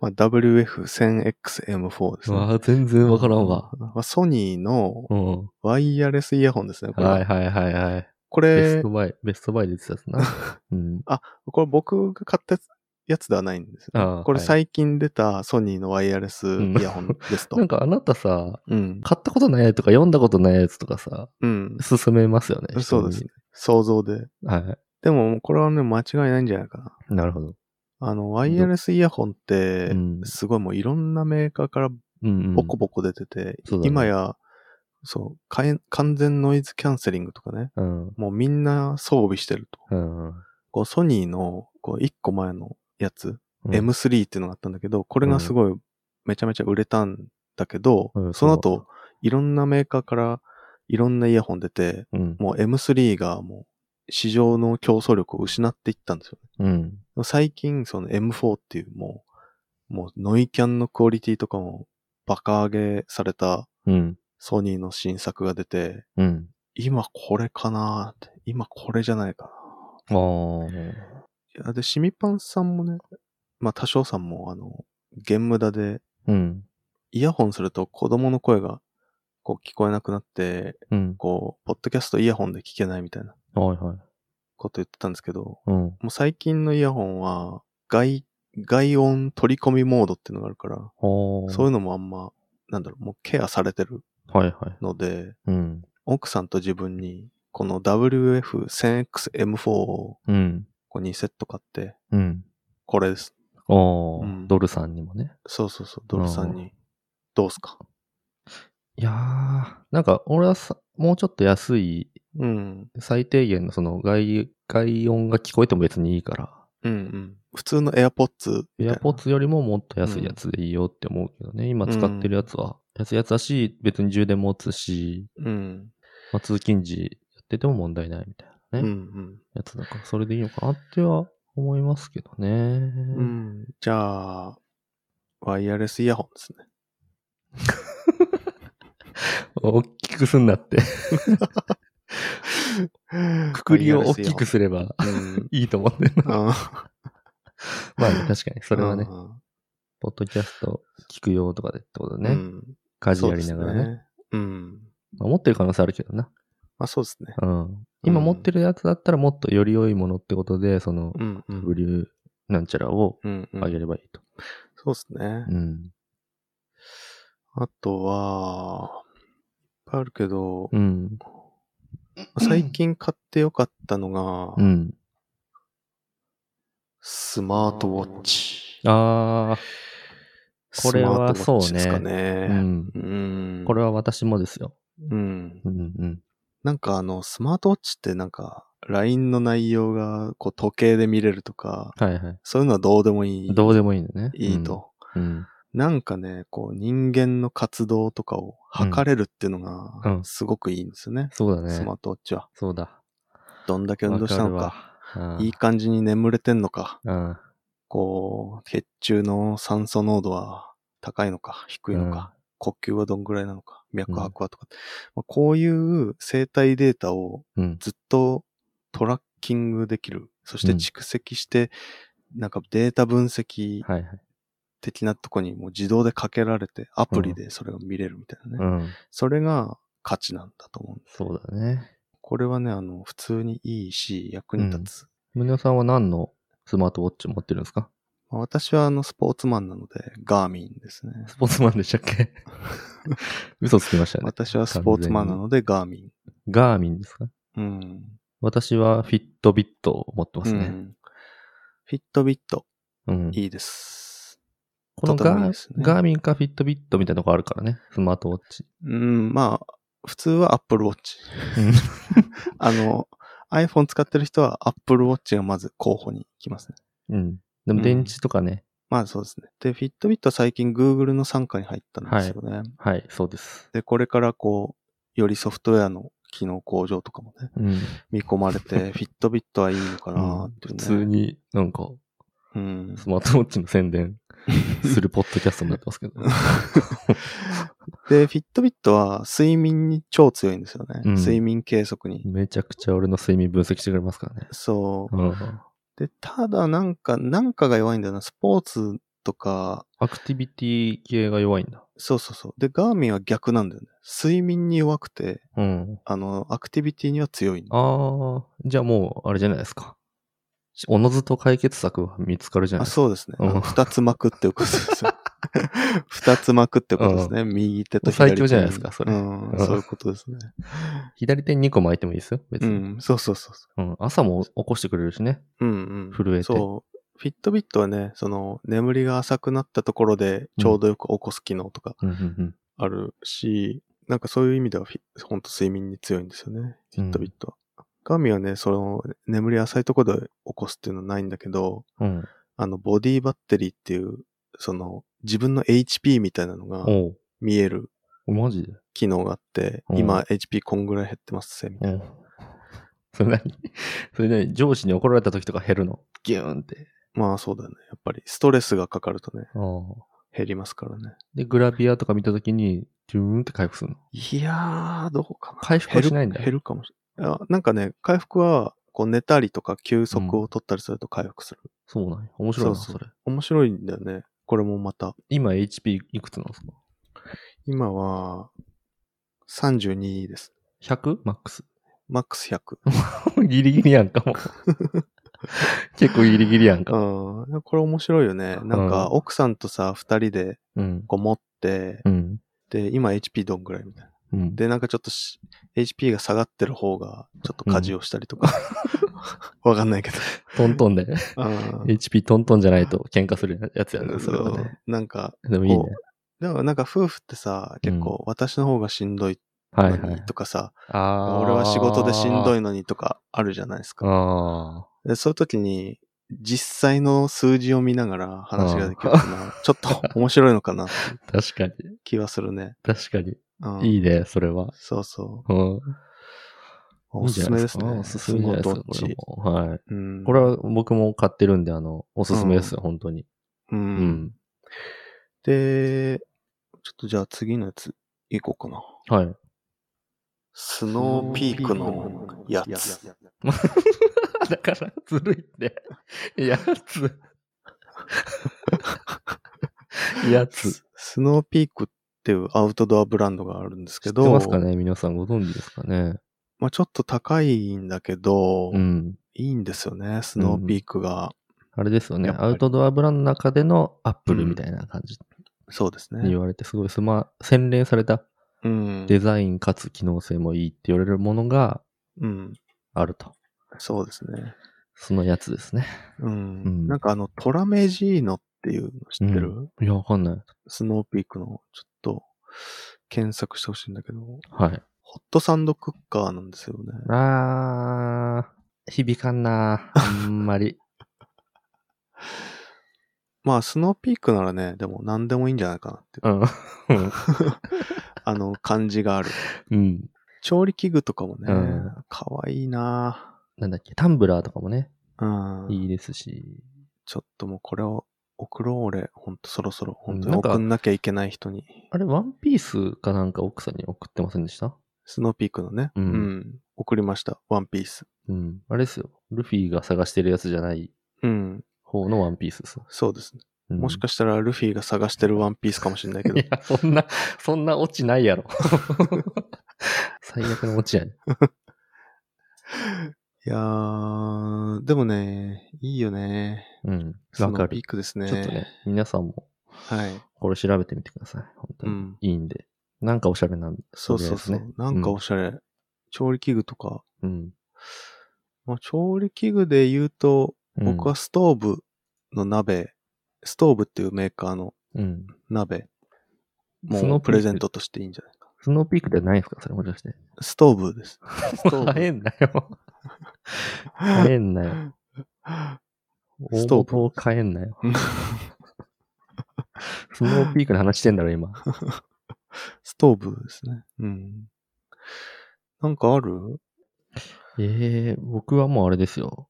Speaker 2: まあ、WF1000XM4 です
Speaker 1: う
Speaker 2: ね。
Speaker 1: わあ全然わからんわ。
Speaker 2: まあ、ソニーの
Speaker 1: うん。
Speaker 2: ワイヤレスイヤホンですね。これ,、
Speaker 1: はいはいはいはい。
Speaker 2: こ
Speaker 1: ベス
Speaker 2: れ
Speaker 1: トバイ、ベストバイで言ってたやつ [laughs] な。うん。
Speaker 2: これ僕が買ったやつではないんですよ、
Speaker 1: ああ
Speaker 2: これ
Speaker 1: はい
Speaker 2: 最近出たソニーのワイヤレスイヤホンですと。
Speaker 1: [laughs] なんかあなたさ、
Speaker 2: うん。
Speaker 1: 買ったことないやつとか読んだことないやつとかさ、
Speaker 2: うん。
Speaker 1: 勧めますよね。
Speaker 2: そうです
Speaker 1: 人
Speaker 2: ね。想像で。
Speaker 1: に。は
Speaker 2: でも、これはね、間違いないんじゃないかな。
Speaker 1: い。なるほど。
Speaker 2: あの、ワイヤレスイヤホンって
Speaker 1: う、ん。
Speaker 2: すごいもういろんなメーカーから
Speaker 1: うんうん
Speaker 2: ボコボコ出てて、
Speaker 1: そうだね
Speaker 2: 今や、そうかえ、完全ノイズキャンセリングとかね、
Speaker 1: うん。
Speaker 2: もうみんな装備してると。
Speaker 1: うん。
Speaker 2: こう、ソニーの、こう、一個前のやつ、
Speaker 1: うん
Speaker 2: M3 っていうのがあったんだけど、これがすごいめちゃめちゃ売れたんだけど、
Speaker 1: うん
Speaker 2: その後、いろんなメーカーからいろんなイヤホン出て、
Speaker 1: うん。
Speaker 2: もう M3 がもう市場の競争力を失っていったんですよ
Speaker 1: うん。
Speaker 2: ね。最近その M4 っていうもう、もうノイキャンのクオリティとかもバカ上げされた
Speaker 1: うん。
Speaker 2: ソニーの新作が出て、
Speaker 1: うん。
Speaker 2: 今これかなーって、今これじゃないか
Speaker 1: あー
Speaker 2: な。いやで、シミパンさんもね、まあ多少さんもあの、ゲームダで
Speaker 1: うん。
Speaker 2: イヤホンすると子供の声がこう聞こえなくなって、
Speaker 1: うん。
Speaker 2: こう、ポッドキャストイヤホンで聞けないみたいな
Speaker 1: はいはい。
Speaker 2: こと言ってたんですけど、
Speaker 1: うん。
Speaker 2: もう最近のイヤホンは外、外音取り込みモードっていうのがあるから、
Speaker 1: お
Speaker 2: そういう
Speaker 1: う
Speaker 2: のもあんま、なんだろう、もうケアされてる
Speaker 1: はいはい。
Speaker 2: ので、
Speaker 1: うん。
Speaker 2: 奥さんと自分に、この WF1000XM4 を
Speaker 1: うん。
Speaker 2: こう2セット買って、
Speaker 1: うん。
Speaker 2: これです。
Speaker 1: おー
Speaker 2: うん
Speaker 1: ドルさんにもね。
Speaker 2: そうそうそう、ドルさんに、どうすか。
Speaker 1: いやー、なんか俺はさ、もうちょっと安い、
Speaker 2: うん、
Speaker 1: 最低限のその外、外音が聞こえても別にいいから、
Speaker 2: うん、うん。普通の AirPods みた
Speaker 1: エ
Speaker 2: いな。
Speaker 1: アポッツよりももっと安いやつでいいよって思うけどね、今使ってるやつは、安いやつだし、別に充電持つし、
Speaker 2: うん。
Speaker 1: まあ、通勤時やってても問題ないみたいなね、
Speaker 2: うん
Speaker 1: やつだから、それでいいのかなっては思いますけどね。
Speaker 2: うん。うん。じゃあ、ワイヤレスイヤホンですね。
Speaker 1: 大きくすん
Speaker 2: [laughs]
Speaker 1: なって。くくりを大きくすれば [laughs]
Speaker 2: うん。
Speaker 1: いいと思ってる
Speaker 2: [laughs]
Speaker 1: な。
Speaker 2: あ
Speaker 1: まあね、確かに。 [laughs] それはね、
Speaker 2: うん
Speaker 1: ポッドキャスト聞く用とかでってこと
Speaker 2: う
Speaker 1: ね。
Speaker 2: ん
Speaker 1: 家事やりながらね。
Speaker 2: そうですうん。
Speaker 1: まあ持ってる可能性あるけどな。
Speaker 2: まあそうですね。
Speaker 1: うん。今持ってるやつだったらもっとより良いものってことで、その、
Speaker 2: うんうん。
Speaker 1: ブリューなんちゃらを
Speaker 2: うんうん
Speaker 1: あげればいいと。
Speaker 2: そうですね
Speaker 1: う。ん。
Speaker 2: あとは、いっぱいあるけど
Speaker 1: う、ん。
Speaker 2: 最近買ってよかったのが
Speaker 1: う、ん。
Speaker 2: スマートウォッチ。
Speaker 1: あこれは
Speaker 2: スマートウォッチですか
Speaker 1: あ、う
Speaker 2: ね。
Speaker 1: ん。
Speaker 2: うん。
Speaker 1: これは私もですよ。
Speaker 2: うん。
Speaker 1: うんうん。
Speaker 2: なんかあの、スマートウォッチってなんか、LINE の内容がこう時計で見れるとか、
Speaker 1: はいはい。
Speaker 2: そういうのはどうでもいい。
Speaker 1: どうでもいいのね。
Speaker 2: いいと。
Speaker 1: うん。
Speaker 2: なんかね、こう人間の活動とかを測れるっていうの
Speaker 1: う
Speaker 2: が
Speaker 1: ん
Speaker 2: すごくいいんですよね。
Speaker 1: そうだね。
Speaker 2: スマートウォッチは。
Speaker 1: そうだ。
Speaker 2: どんだけ運動したの
Speaker 1: わ
Speaker 2: か、
Speaker 1: るわ。
Speaker 2: いい感じに眠れてんのか、
Speaker 1: うん。
Speaker 2: こう、血中の酸素濃度は高いのか、低いのか、呼吸はどんぐらいなのか、脈拍はとか、まあ、こういう生体データを
Speaker 1: うん。
Speaker 2: ずっとトラッキングできる。そして
Speaker 1: うん
Speaker 2: 蓄積して、なんかデータ分析
Speaker 1: はいはい。
Speaker 2: 的なとこにもう自動でかけられて、アプリでそれが見れるみたいなね。
Speaker 1: うん。
Speaker 2: それが価値なんだと思う。
Speaker 1: そうだね。
Speaker 2: これはね、あの、普通にいいし、役に立つ。
Speaker 1: 宗男さんは何のスマートウォッチ持ってるんですか
Speaker 2: まあ私はあの、スポーツマンなので、ガーミンですね。
Speaker 1: スポーツマンでしたっ
Speaker 2: [laughs]
Speaker 1: け嘘つきましたね。
Speaker 2: 私はスポーツマンなので、ガーミ
Speaker 1: ガーミンですか
Speaker 2: ン。うん。
Speaker 1: 私はフィットビットを持ってます
Speaker 2: う
Speaker 1: ね。
Speaker 2: んフィットビット、
Speaker 1: うん。
Speaker 2: いいです。
Speaker 1: この
Speaker 2: とて
Speaker 1: ガ
Speaker 2: もいい
Speaker 1: ー
Speaker 2: ですね
Speaker 1: ガーミンかフィットビットみたいなとこあるからね。スマートウォッチ。
Speaker 2: うん、まあ、普通は Apple Watch。あの、iPhone 使ってる人は Apple Watch がまず候補に来ますね。 [laughs]
Speaker 1: うん。でも電池とかね。
Speaker 2: まあそうですね。で、Fitbit は最近 Google の傘下に入ったんですよね。
Speaker 1: はい、そうです。
Speaker 2: で、これからこう、よりソフトウェアの機能向上とかもね、
Speaker 1: うん。
Speaker 2: 見込まれ
Speaker 1: [laughs]
Speaker 2: て、Fitbit はいいのかなーってい
Speaker 1: 普
Speaker 2: うね。
Speaker 1: 通になんか
Speaker 2: うん。
Speaker 1: スマートウォッチの宣
Speaker 2: [laughs]
Speaker 1: 伝するポッドキャストになってますけど。
Speaker 2: で、Fitbit は睡眠に超強いんですよね。
Speaker 1: うん
Speaker 2: 睡眠計測に。
Speaker 1: めちゃくちゃ俺の睡眠分析してくれますからね。
Speaker 2: そう。
Speaker 1: うん。
Speaker 2: で、ただなんか、なんかが弱いんだよな。スポーツとか、
Speaker 1: アクティビティ系が弱いんだ。
Speaker 2: そうそうそう。で、ガーミンは逆なんだよね。睡眠に弱くて、
Speaker 1: うん。
Speaker 2: あの、アクティビティには強いの。
Speaker 1: ああ、じゃあもう、あれじゃないですか。おのずと解決策は見つかるじゃ
Speaker 2: あ
Speaker 1: ないですか。
Speaker 2: そうですね。あ
Speaker 1: う
Speaker 2: の
Speaker 1: ん
Speaker 2: 二つ巻くっていうことです [laughs] よ。二つ巻くってことですね。右手と左手に。
Speaker 1: 最強じゃないですかそれ
Speaker 2: うん
Speaker 1: う、ん
Speaker 2: そういうことですね。
Speaker 1: 左手に2個巻いてもいいですよ、別
Speaker 2: う
Speaker 1: に。
Speaker 2: ん、そうそうそうそ
Speaker 1: うん朝も起こしてくれるしね。
Speaker 2: う。うんうん。
Speaker 1: 震えて
Speaker 2: そう。フィットビットはね、その、眠りが浅くなったところで、ちょうどよく起こす機能とか
Speaker 1: うんうん
Speaker 2: あるし、なんかそういう意味ではフィ、ほんと睡眠に強いんですよね。
Speaker 1: う
Speaker 2: フ
Speaker 1: ん
Speaker 2: ィットビットは。ガーミンはね、その、眠り浅いところで起こすっていうのはないんだけど、
Speaker 1: うん。うん。
Speaker 2: あの、ボディバッテリーっていう、その、自分の HP みたいなのが
Speaker 1: おう
Speaker 2: 見える
Speaker 1: お。マジで
Speaker 2: 機能があって、
Speaker 1: うん
Speaker 2: 今 HP こんぐらい減ってますせ、みたい
Speaker 1: おう。それ何それ何上司に怒られた時とか減るのギューンって。
Speaker 2: な。まあそうだよね。やっぱりストレスがかかるとね、
Speaker 1: ああ。
Speaker 2: 減りますからね。
Speaker 1: で、グラビアとか見た時に、ジューンって回復するの。
Speaker 2: いやー、どうかな。
Speaker 1: 回復はしないんだ
Speaker 2: 減る減るかもしれない。あなんかね、回復は、こう寝たりとか休息を取ったりすると回復する。
Speaker 1: そうなんや。面白いな、
Speaker 2: そう
Speaker 1: そうれ。
Speaker 2: 面白いんだよね。これもまた。
Speaker 1: 今 HP いくつなんですか
Speaker 2: 今は、32です。
Speaker 1: 100? マックス。
Speaker 2: マックス100。
Speaker 1: [laughs] ギリギリやんかも。結構ギリギリやんか。
Speaker 2: うん。これ面白いよね。なんか、
Speaker 1: うん
Speaker 2: 奥さんとさ、二人で、
Speaker 1: うん。
Speaker 2: こう持って、
Speaker 1: うん。
Speaker 2: で、今 HP どんぐらいみたいな。
Speaker 1: うん。
Speaker 2: で、なんかちょっとし HP が下がってる方が、ちょっと家事をしたりとか。わかんないけど。
Speaker 1: トントンで。
Speaker 2: うん。
Speaker 1: HP トントンじゃないと喧嘩するやつやね、それはね。
Speaker 2: そうなんか、
Speaker 1: でもいいね
Speaker 2: こ。でもなんか夫婦ってさ、結構私の方がしんどい
Speaker 1: は
Speaker 2: の
Speaker 1: いはい
Speaker 2: に。とかさ、
Speaker 1: ああ。
Speaker 2: 俺は仕事でしんど
Speaker 1: い。
Speaker 2: いのにとかあるじゃないですか。
Speaker 1: ああ。
Speaker 2: でそういう時に、実際の数字を見ながら話ができるっていうのは、ちょっと面白いのかなって
Speaker 1: 確かに。
Speaker 2: 気はするね。
Speaker 1: 確かに。
Speaker 2: うん、
Speaker 1: いいね、それは。
Speaker 2: そうそ
Speaker 1: うん。
Speaker 2: う。おすすめですね。
Speaker 1: いいんじゃないかおすすめじゃないですか、こ
Speaker 2: スマートウ
Speaker 1: れ
Speaker 2: ォッチ
Speaker 1: も。はい。
Speaker 2: うん、
Speaker 1: これは僕も買ってるんで、あの、おすすめですよ、本当に。
Speaker 2: う。
Speaker 1: うんん。
Speaker 2: で、ちょっとじゃあ次のやつ、いこうかな。
Speaker 1: はい。
Speaker 2: スノーピークのやつ。
Speaker 1: [laughs] だから、ずるいって。やつ。 [laughs] やつ。
Speaker 2: ススノーピークっていうアウトドアブランドがあるんです
Speaker 1: 知
Speaker 2: け
Speaker 1: って
Speaker 2: ど、
Speaker 1: ますかね皆さんご存知ですかね
Speaker 2: まあちょっと高いんだけど、
Speaker 1: うん。
Speaker 2: いいんですよね、スノーピークが。
Speaker 1: あれですよね。
Speaker 2: やっぱ
Speaker 1: ア
Speaker 2: り
Speaker 1: ウトドアブランドの中でのアップルみたいな感じ
Speaker 2: そうです
Speaker 1: に
Speaker 2: ね。
Speaker 1: 言われて、すごいスマ、洗練された
Speaker 2: うん。
Speaker 1: デザインかつ機能性もいいって言われるものが
Speaker 2: うん。
Speaker 1: あると。
Speaker 2: そうですね。
Speaker 1: そのやつですね。
Speaker 2: うん。
Speaker 1: うん
Speaker 2: なんかあの、トラメジーノっていうの知ってる、
Speaker 1: いや、わかんない。
Speaker 2: スノーピークの、ちょっと、検索してほしいんだけど、
Speaker 1: はい。
Speaker 2: ホットサンドクッカーなんですよね。
Speaker 1: あー、響かんなあんまり。 [laughs]
Speaker 2: まあ、スノーピークならね、でも何でもいいんじゃないかなっていう、
Speaker 1: [laughs] うん。
Speaker 2: あの、感じがある。
Speaker 1: うん。
Speaker 2: 調理器具とかもね
Speaker 1: うん、
Speaker 2: かわいいな
Speaker 1: なんだっけ、タンブラーとかもね、
Speaker 2: ぁうん。
Speaker 1: いいですし。
Speaker 2: ちょっともうこれを送ろう、俺。ほんと、そろそろ。本当
Speaker 1: な
Speaker 2: に
Speaker 1: んか
Speaker 2: 送んなきゃいけない人に。
Speaker 1: あれ、ワンピースかなんか奥さんに送ってませんでした
Speaker 2: スノーピークのね。
Speaker 1: うん
Speaker 2: 送りました。ワンピース。
Speaker 1: うん。あれですよ。ルフィが探してるやつじゃない
Speaker 2: うん。
Speaker 1: 方のワンピースです。
Speaker 2: そうですね。
Speaker 1: うん
Speaker 2: もしかしたら、ルフィが探してるワンピースかもしれ
Speaker 1: [laughs]
Speaker 2: ないけど
Speaker 1: い。や、そんな、そんなオチないやろ。 [laughs] 最悪のオチやね。
Speaker 2: いやー、でもね、いいよね。
Speaker 1: うん。
Speaker 2: ス
Speaker 1: わ
Speaker 2: ノ
Speaker 1: か
Speaker 2: ーピ
Speaker 1: る
Speaker 2: ー。クですね。
Speaker 1: ちょっとね、皆さんも
Speaker 2: はい。
Speaker 1: これ調べてみてください。本当に。
Speaker 2: うん
Speaker 1: いいんで。なんかおしゃれなんで。
Speaker 2: そうそうそう。
Speaker 1: とりあえずね
Speaker 2: なんかおしゃれ。調理器具とか。
Speaker 1: うん。
Speaker 2: まあ、調理器具で言うと、僕はストーブの鍋、ストーブっていうメーカーの
Speaker 1: うん、
Speaker 2: 鍋、
Speaker 1: ス
Speaker 2: も
Speaker 1: ノーピー
Speaker 2: う
Speaker 1: ク
Speaker 2: プレゼントとしていいんじゃないか。
Speaker 1: スノーピークではないですかそれもしかして。
Speaker 2: ストーブです。ストー
Speaker 1: 変 [laughs] え
Speaker 2: ブ。
Speaker 1: んなよ。変えんなよ。
Speaker 2: [laughs] ストーブ
Speaker 1: ブを変えんな
Speaker 2: [laughs]
Speaker 1: よ。スノーピークの話してんだろ、
Speaker 2: [laughs]
Speaker 1: 今。
Speaker 2: ストーブですね。うん。なんかある
Speaker 1: ええ僕はもうあれですよ。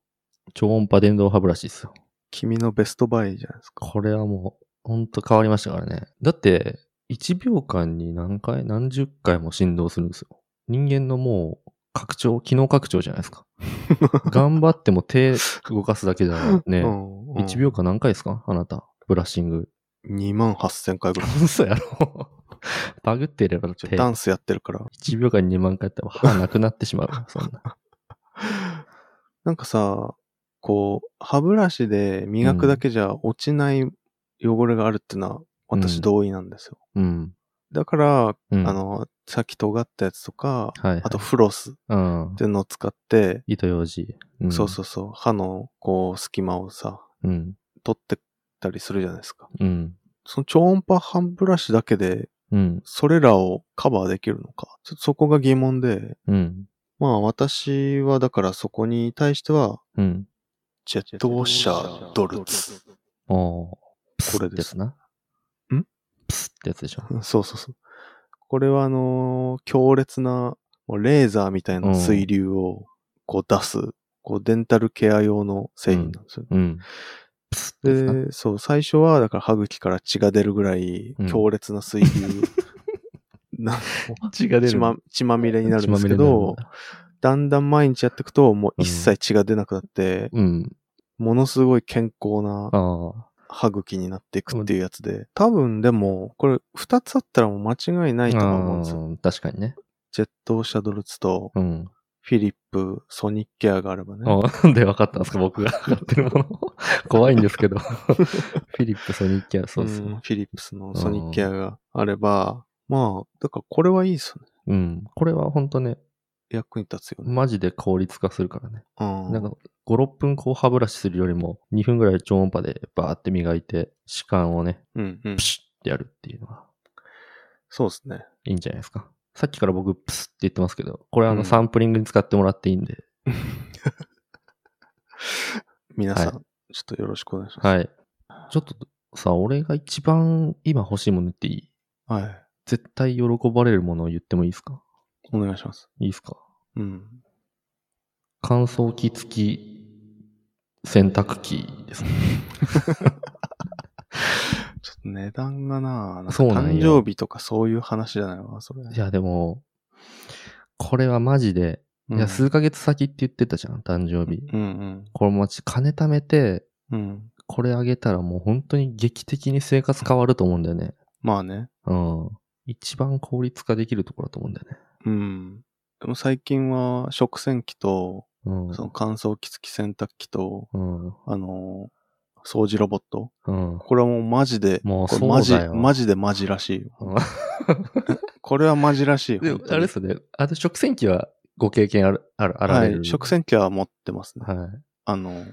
Speaker 1: 超音波電動歯ブラシですよ。
Speaker 2: 君のベストバイじゃないですか。
Speaker 1: これはもう、ほんと変わりましたからね。だって、1秒間に何回、何十回も振動するんですよ。人間のもう、拡張、機能拡張じゃないです
Speaker 2: [laughs]
Speaker 1: か。頑張っても手動かすだけじゃね、
Speaker 2: うんうん、
Speaker 1: 1秒間何回ですかあなた。ブラッシング。
Speaker 2: 2万8000回
Speaker 1: [laughs]
Speaker 2: ぐらい。
Speaker 1: 嘘やろ。バグってれば
Speaker 2: ち
Speaker 1: 手
Speaker 2: ょダンスやってるから。
Speaker 1: 1秒間に2万回やったら歯なくなってしまう。そんな。
Speaker 2: なんかさ、こう、歯ブラシで磨くだけじゃ落ちない汚れがあるってのは、
Speaker 1: うん
Speaker 2: 私同意なんですよ。
Speaker 1: うん。
Speaker 2: だから、
Speaker 1: うん。
Speaker 2: あ、の、さっき尖ったやつとか、
Speaker 1: はい。
Speaker 2: あと、フロスっ
Speaker 1: うん。
Speaker 2: ていうのを使って、
Speaker 1: 糸ようじ。ん
Speaker 2: そうそうそう、歯のこう、隙間をさ、
Speaker 1: うん。
Speaker 2: 取ってったりするじゃないですか。
Speaker 1: うん。
Speaker 2: その超音波歯ブラシだけで、
Speaker 1: うん。
Speaker 2: それらをカバーできるのか。ちょっとそこが疑問で、
Speaker 1: うん。
Speaker 2: まあ私はだからそこに対しては、
Speaker 1: うん。
Speaker 2: ジェットウォッシャードルツ。
Speaker 1: おー。プス
Speaker 2: これです
Speaker 1: ってやつな。
Speaker 2: ん
Speaker 1: プスってやつでしょ。
Speaker 2: うん [laughs] そうそうそう。これはあのー強烈な、もうレーザーみたいな水流をこう出す、こうデンタルケア用の製品なんですよ。
Speaker 1: うん。プスってやつな。
Speaker 2: で、そう、最初は、だから歯茎から血が出るぐらい
Speaker 1: うん
Speaker 2: 強烈な
Speaker 1: [laughs]
Speaker 2: 水流、な
Speaker 1: 血が
Speaker 2: 血ま血まみれになるんですけ
Speaker 1: 血まみれになるん
Speaker 2: ど、
Speaker 1: だ
Speaker 2: だんだん毎日やっていくと、もう
Speaker 1: うん
Speaker 2: 一切血が出なくなって、
Speaker 1: うん。
Speaker 2: ものすごい健康な
Speaker 1: ああ。
Speaker 2: 歯茎になっていくっていうやつで、多分でも、これ二つあったらもう間違いないとは思うんですよ。
Speaker 1: うん確かにね。
Speaker 2: ジェットシャドルツと
Speaker 1: うん。
Speaker 2: フィリップ、ソニッケアがあれば [laughs] ね。
Speaker 1: あ [laughs] なんで分かったんですか僕が買ってるもの。
Speaker 2: [laughs]
Speaker 1: 怖いんですけど。フィリップソニッキャそうです
Speaker 2: ん
Speaker 1: ね。
Speaker 2: フィリップスのソニッケアがあれば、まあ、だからこれはいいですよね。
Speaker 1: うん。これは本当ね、
Speaker 2: 役に立つよね。
Speaker 1: マジで効率化するからね。
Speaker 2: うん。
Speaker 1: なんか、5、6分こう歯ブラシするよりも、2分ぐらい超音波でバーって磨いて、歯間をね、
Speaker 2: うんうん
Speaker 1: プ。シュってやるっていうのは、
Speaker 2: そうですね。
Speaker 1: いいんじゃないですか。さっきから僕、プスって言ってますけど、これはあ
Speaker 2: う
Speaker 1: の、
Speaker 2: ん
Speaker 1: サンプリングに使ってもらっていいんで。
Speaker 2: 皆さん、
Speaker 1: はい
Speaker 2: ちょっとよろしくお願いしま
Speaker 1: はい。ちょっとさ、俺が一番今欲しいもの言っていい
Speaker 2: す。はい。
Speaker 1: 絶対喜ばれるものを言ってもいいですか
Speaker 2: お願いします。
Speaker 1: いいですか
Speaker 2: うん。
Speaker 1: 乾燥機付き洗濯機ですね。
Speaker 2: [laughs] ちょっと値段がな、なんか
Speaker 1: そうなん
Speaker 2: 誕
Speaker 1: よ
Speaker 2: 生日とかそういう話じゃないわ、それ。
Speaker 1: いや、でも、これはマジで、
Speaker 2: うん、
Speaker 1: いや、数ヶ月先って言ってたじゃん、誕生日。
Speaker 2: うん
Speaker 1: これもち、金貯めて、
Speaker 2: うん。うん。
Speaker 1: これあげたらもう本当に劇的に生活変わると思うんだよね。
Speaker 2: まあね。
Speaker 1: うん。一番効率化できるところだと思うんだよね。
Speaker 2: うん。でも最近は食洗機と、
Speaker 1: うん。
Speaker 2: その乾燥機付き洗濯機と、
Speaker 1: うん。
Speaker 2: あのー掃除ロボット。
Speaker 1: うん。
Speaker 2: これはもうマジで、
Speaker 1: もう
Speaker 2: これ
Speaker 1: そう
Speaker 2: マジ
Speaker 1: だよ
Speaker 2: マジでマジらしいよ。
Speaker 1: [laughs] うん
Speaker 2: これはマジらしいよ。
Speaker 1: でも
Speaker 2: 本、当
Speaker 1: あ
Speaker 2: に
Speaker 1: れですよね。あと食洗機はご経験ある、ある、あら
Speaker 2: は
Speaker 1: れる。
Speaker 2: い。食洗機は持ってますね。
Speaker 1: はい。
Speaker 2: あの、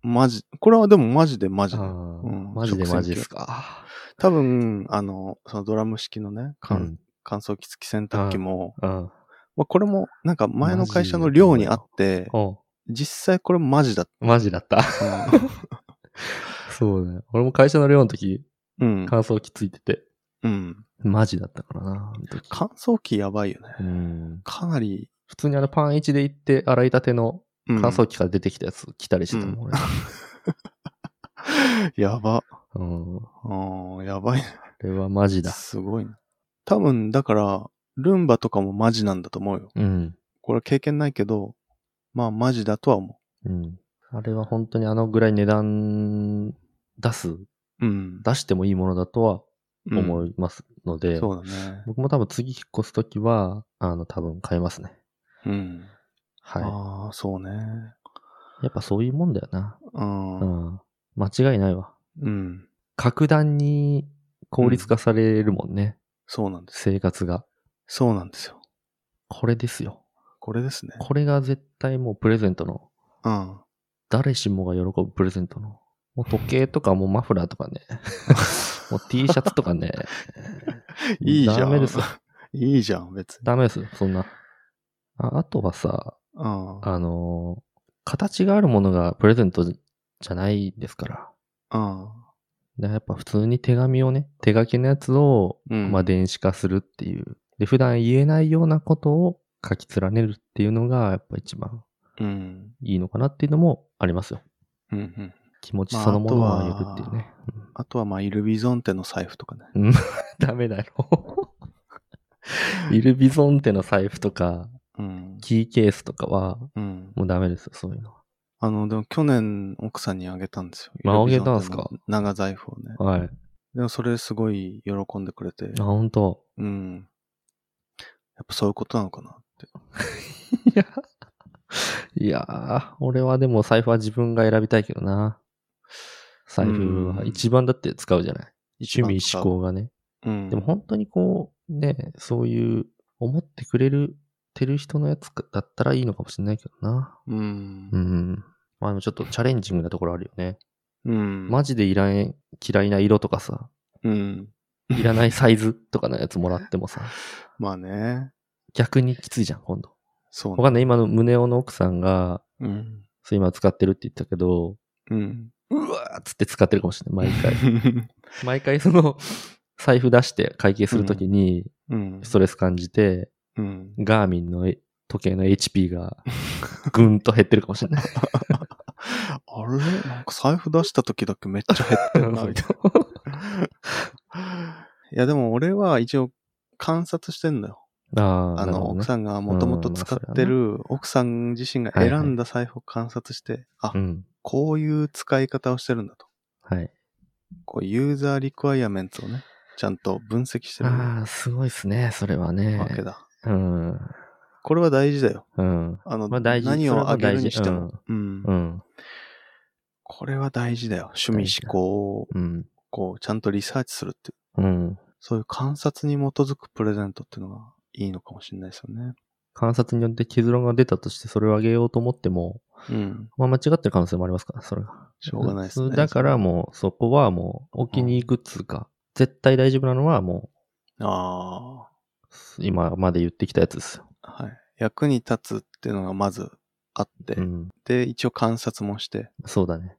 Speaker 2: マジ、これはでもマジでマジ
Speaker 1: あ
Speaker 2: で。
Speaker 1: ー
Speaker 2: うん
Speaker 1: マジで
Speaker 2: 食洗機
Speaker 1: マジですか。
Speaker 2: 多分、あの、そのドラム式のね、
Speaker 1: う
Speaker 2: 乾
Speaker 1: ん。
Speaker 2: 乾燥機付き洗濯機も、
Speaker 1: うん。
Speaker 2: まあ、これもなんか前の会社の寮にあって、
Speaker 1: おう
Speaker 2: 実際これマジだっ
Speaker 1: マジだった。
Speaker 2: た。
Speaker 1: [laughs] そうだよ。俺も会社の寮の時、
Speaker 2: うん。
Speaker 1: 乾燥機ついてて、
Speaker 2: うん。
Speaker 1: マジだったからな、あの時
Speaker 2: 乾燥機やばいよね。
Speaker 1: うん。
Speaker 2: かなり、
Speaker 1: 普通にあのパン1で行って、洗いたての
Speaker 2: うん
Speaker 1: 乾燥機から出てきたやつ来たりしてたもん、俺。
Speaker 2: やば。
Speaker 1: うん。あ
Speaker 2: ああ、やばいね。
Speaker 1: れは
Speaker 2: [laughs]
Speaker 1: マジだ。
Speaker 2: すごいな。多分、だから、ルンバとかもマジなんだと思うよ。
Speaker 1: うん。
Speaker 2: これは経験ないけど、まあマジだとは思
Speaker 1: うん。あれは本当にあのぐらい値段出す、
Speaker 2: う。うん。
Speaker 1: 出してもいいものだとは
Speaker 2: うん
Speaker 1: 思いますので、
Speaker 2: そうだね。
Speaker 1: 僕も多分次引っ越すときは、あの、多分買えますね。
Speaker 2: うん。
Speaker 1: は
Speaker 2: ああ、そうね。
Speaker 1: い。やっぱそういうもんだよな。
Speaker 2: う。
Speaker 1: うんん。間違いないわ。
Speaker 2: うん。
Speaker 1: 格段に効率化されるもんね。
Speaker 2: そうなんです。
Speaker 1: 生活が。
Speaker 2: そうなんですよ。
Speaker 1: これですよ。
Speaker 2: これですね。
Speaker 1: これが絶対もうプレゼントの、 [laughs]
Speaker 2: うん。
Speaker 1: 誰しもが喜ぶプレゼントの。もう時計とかもうマフラーとかね。もう T シャツとかね。
Speaker 2: [laughs] いいじゃん。
Speaker 1: ダメですよ。
Speaker 2: いいじゃん、別に。
Speaker 1: ダメですよ、そんな。ああとはさ、
Speaker 2: うん。
Speaker 1: あのー形があるものがプレゼントじゃないですか
Speaker 2: う
Speaker 1: ら。
Speaker 2: ん。
Speaker 1: でやっぱ普通に手紙をね、手書きのやつを、
Speaker 2: うん
Speaker 1: まあ電子化するっていう。で、普段言えないようなことを書き連ねるっていうのが、やっぱ一番
Speaker 2: うん。
Speaker 1: いいのかなっていうのもありますよ。
Speaker 2: うん。うん。
Speaker 1: 気持ち
Speaker 2: まあ
Speaker 1: そのもの
Speaker 2: あ
Speaker 1: は
Speaker 2: と
Speaker 1: よ
Speaker 2: は
Speaker 1: るっていうね。
Speaker 2: あとは、まあ、イルビゾンテの財布とかね。
Speaker 1: [laughs] ダメだろ。 [laughs] イルビゾンテの財布とか、
Speaker 2: うん。
Speaker 1: キーケースとかは、
Speaker 2: うん。
Speaker 1: もうダメですよ、そういうのは。
Speaker 2: あの、でも去年奥さんにあげたんですよ。
Speaker 1: まあ
Speaker 2: イルビゾンテの
Speaker 1: あげたんす
Speaker 2: 長財布をね。
Speaker 1: はい。
Speaker 2: でもそれすごい喜んでくれて
Speaker 1: あ、。本当
Speaker 2: うん。やっぱそういうことなのかなって。
Speaker 1: いや、いやー、俺はでも財布は自分が選びたいけどな。財布は一番だって使うじゃない。趣味
Speaker 2: 一
Speaker 1: 思
Speaker 2: 番
Speaker 1: 考がね。
Speaker 2: うん。
Speaker 1: でも本当にこう、ね、そういう思ってくれる、てる人のやつだったらいいのかもしれないけどな。
Speaker 2: うん
Speaker 1: う。ん。まあでもちょっとチャレンジングなところあるよね。
Speaker 2: うん。
Speaker 1: マジでいらん、嫌いな色とかさ、
Speaker 2: うん。
Speaker 1: いらないサイズとかのやつもらっ
Speaker 2: [laughs]
Speaker 1: てもさ、
Speaker 2: まあね。
Speaker 1: 逆にきついじゃん、今度。
Speaker 2: そう
Speaker 1: わかんない、今の胸尾の奥さんが、
Speaker 2: うん。
Speaker 1: そう今使ってるって言ったけど、
Speaker 2: うん。
Speaker 1: うわーっつって使ってるかもしれない、毎回。
Speaker 2: [laughs] う
Speaker 1: 毎回その、 [laughs] 財布出して会計するときに
Speaker 2: ん。
Speaker 1: ストレス感じて、
Speaker 2: うん。
Speaker 1: ガーミンのえ時計の HP がぐんと減ってるかもしれない。
Speaker 2: あれなんか財布出した時だけめっちゃ減って [laughs] るな、みたいな。いや、でも俺は一応観察してんだよ。
Speaker 1: [laughs] ああ、
Speaker 2: あ
Speaker 1: なる
Speaker 2: の、
Speaker 1: ほどね
Speaker 2: 奥さんがもともと使ってる、奥さん自身が選んだ財布を観察して、あ
Speaker 1: う、ん。
Speaker 2: こういう使い方をしてるんだと。
Speaker 1: はい。
Speaker 2: こう、ユーザーリクワイアメンツをね、ちゃんと分析してるわ
Speaker 1: ああ、すごいですね、それはね。
Speaker 2: けだ。
Speaker 1: うん。
Speaker 2: これは大事だよ。
Speaker 1: うん。
Speaker 2: あの、
Speaker 1: まあ大事
Speaker 2: 何
Speaker 1: それ
Speaker 2: を
Speaker 1: は
Speaker 2: あげる
Speaker 1: 大事
Speaker 2: にしても。うん
Speaker 1: うん。
Speaker 2: これは大事だよ。趣味思考を、
Speaker 1: うん。
Speaker 2: こう、ちゃんとリサーチするっていう。
Speaker 1: うん。
Speaker 2: そういう観察に基づくプレゼントっていうのがいいのかもしれないですよね。
Speaker 1: 観察によって結論が出たとして、それをあげようと思っても、
Speaker 2: うん。
Speaker 1: まあ、間違ってる可能性もありますから、それが。
Speaker 2: しょうがないですね
Speaker 1: うんだからもう、そこはもう、置きに行くっつうか、絶対大丈夫なのはも
Speaker 2: あ
Speaker 1: う、今まで言ってきたやつですよ。
Speaker 2: あ。はい。役に立つっていうのがまずあって、
Speaker 1: うん。
Speaker 2: で、一応観察もして、
Speaker 1: そうだね。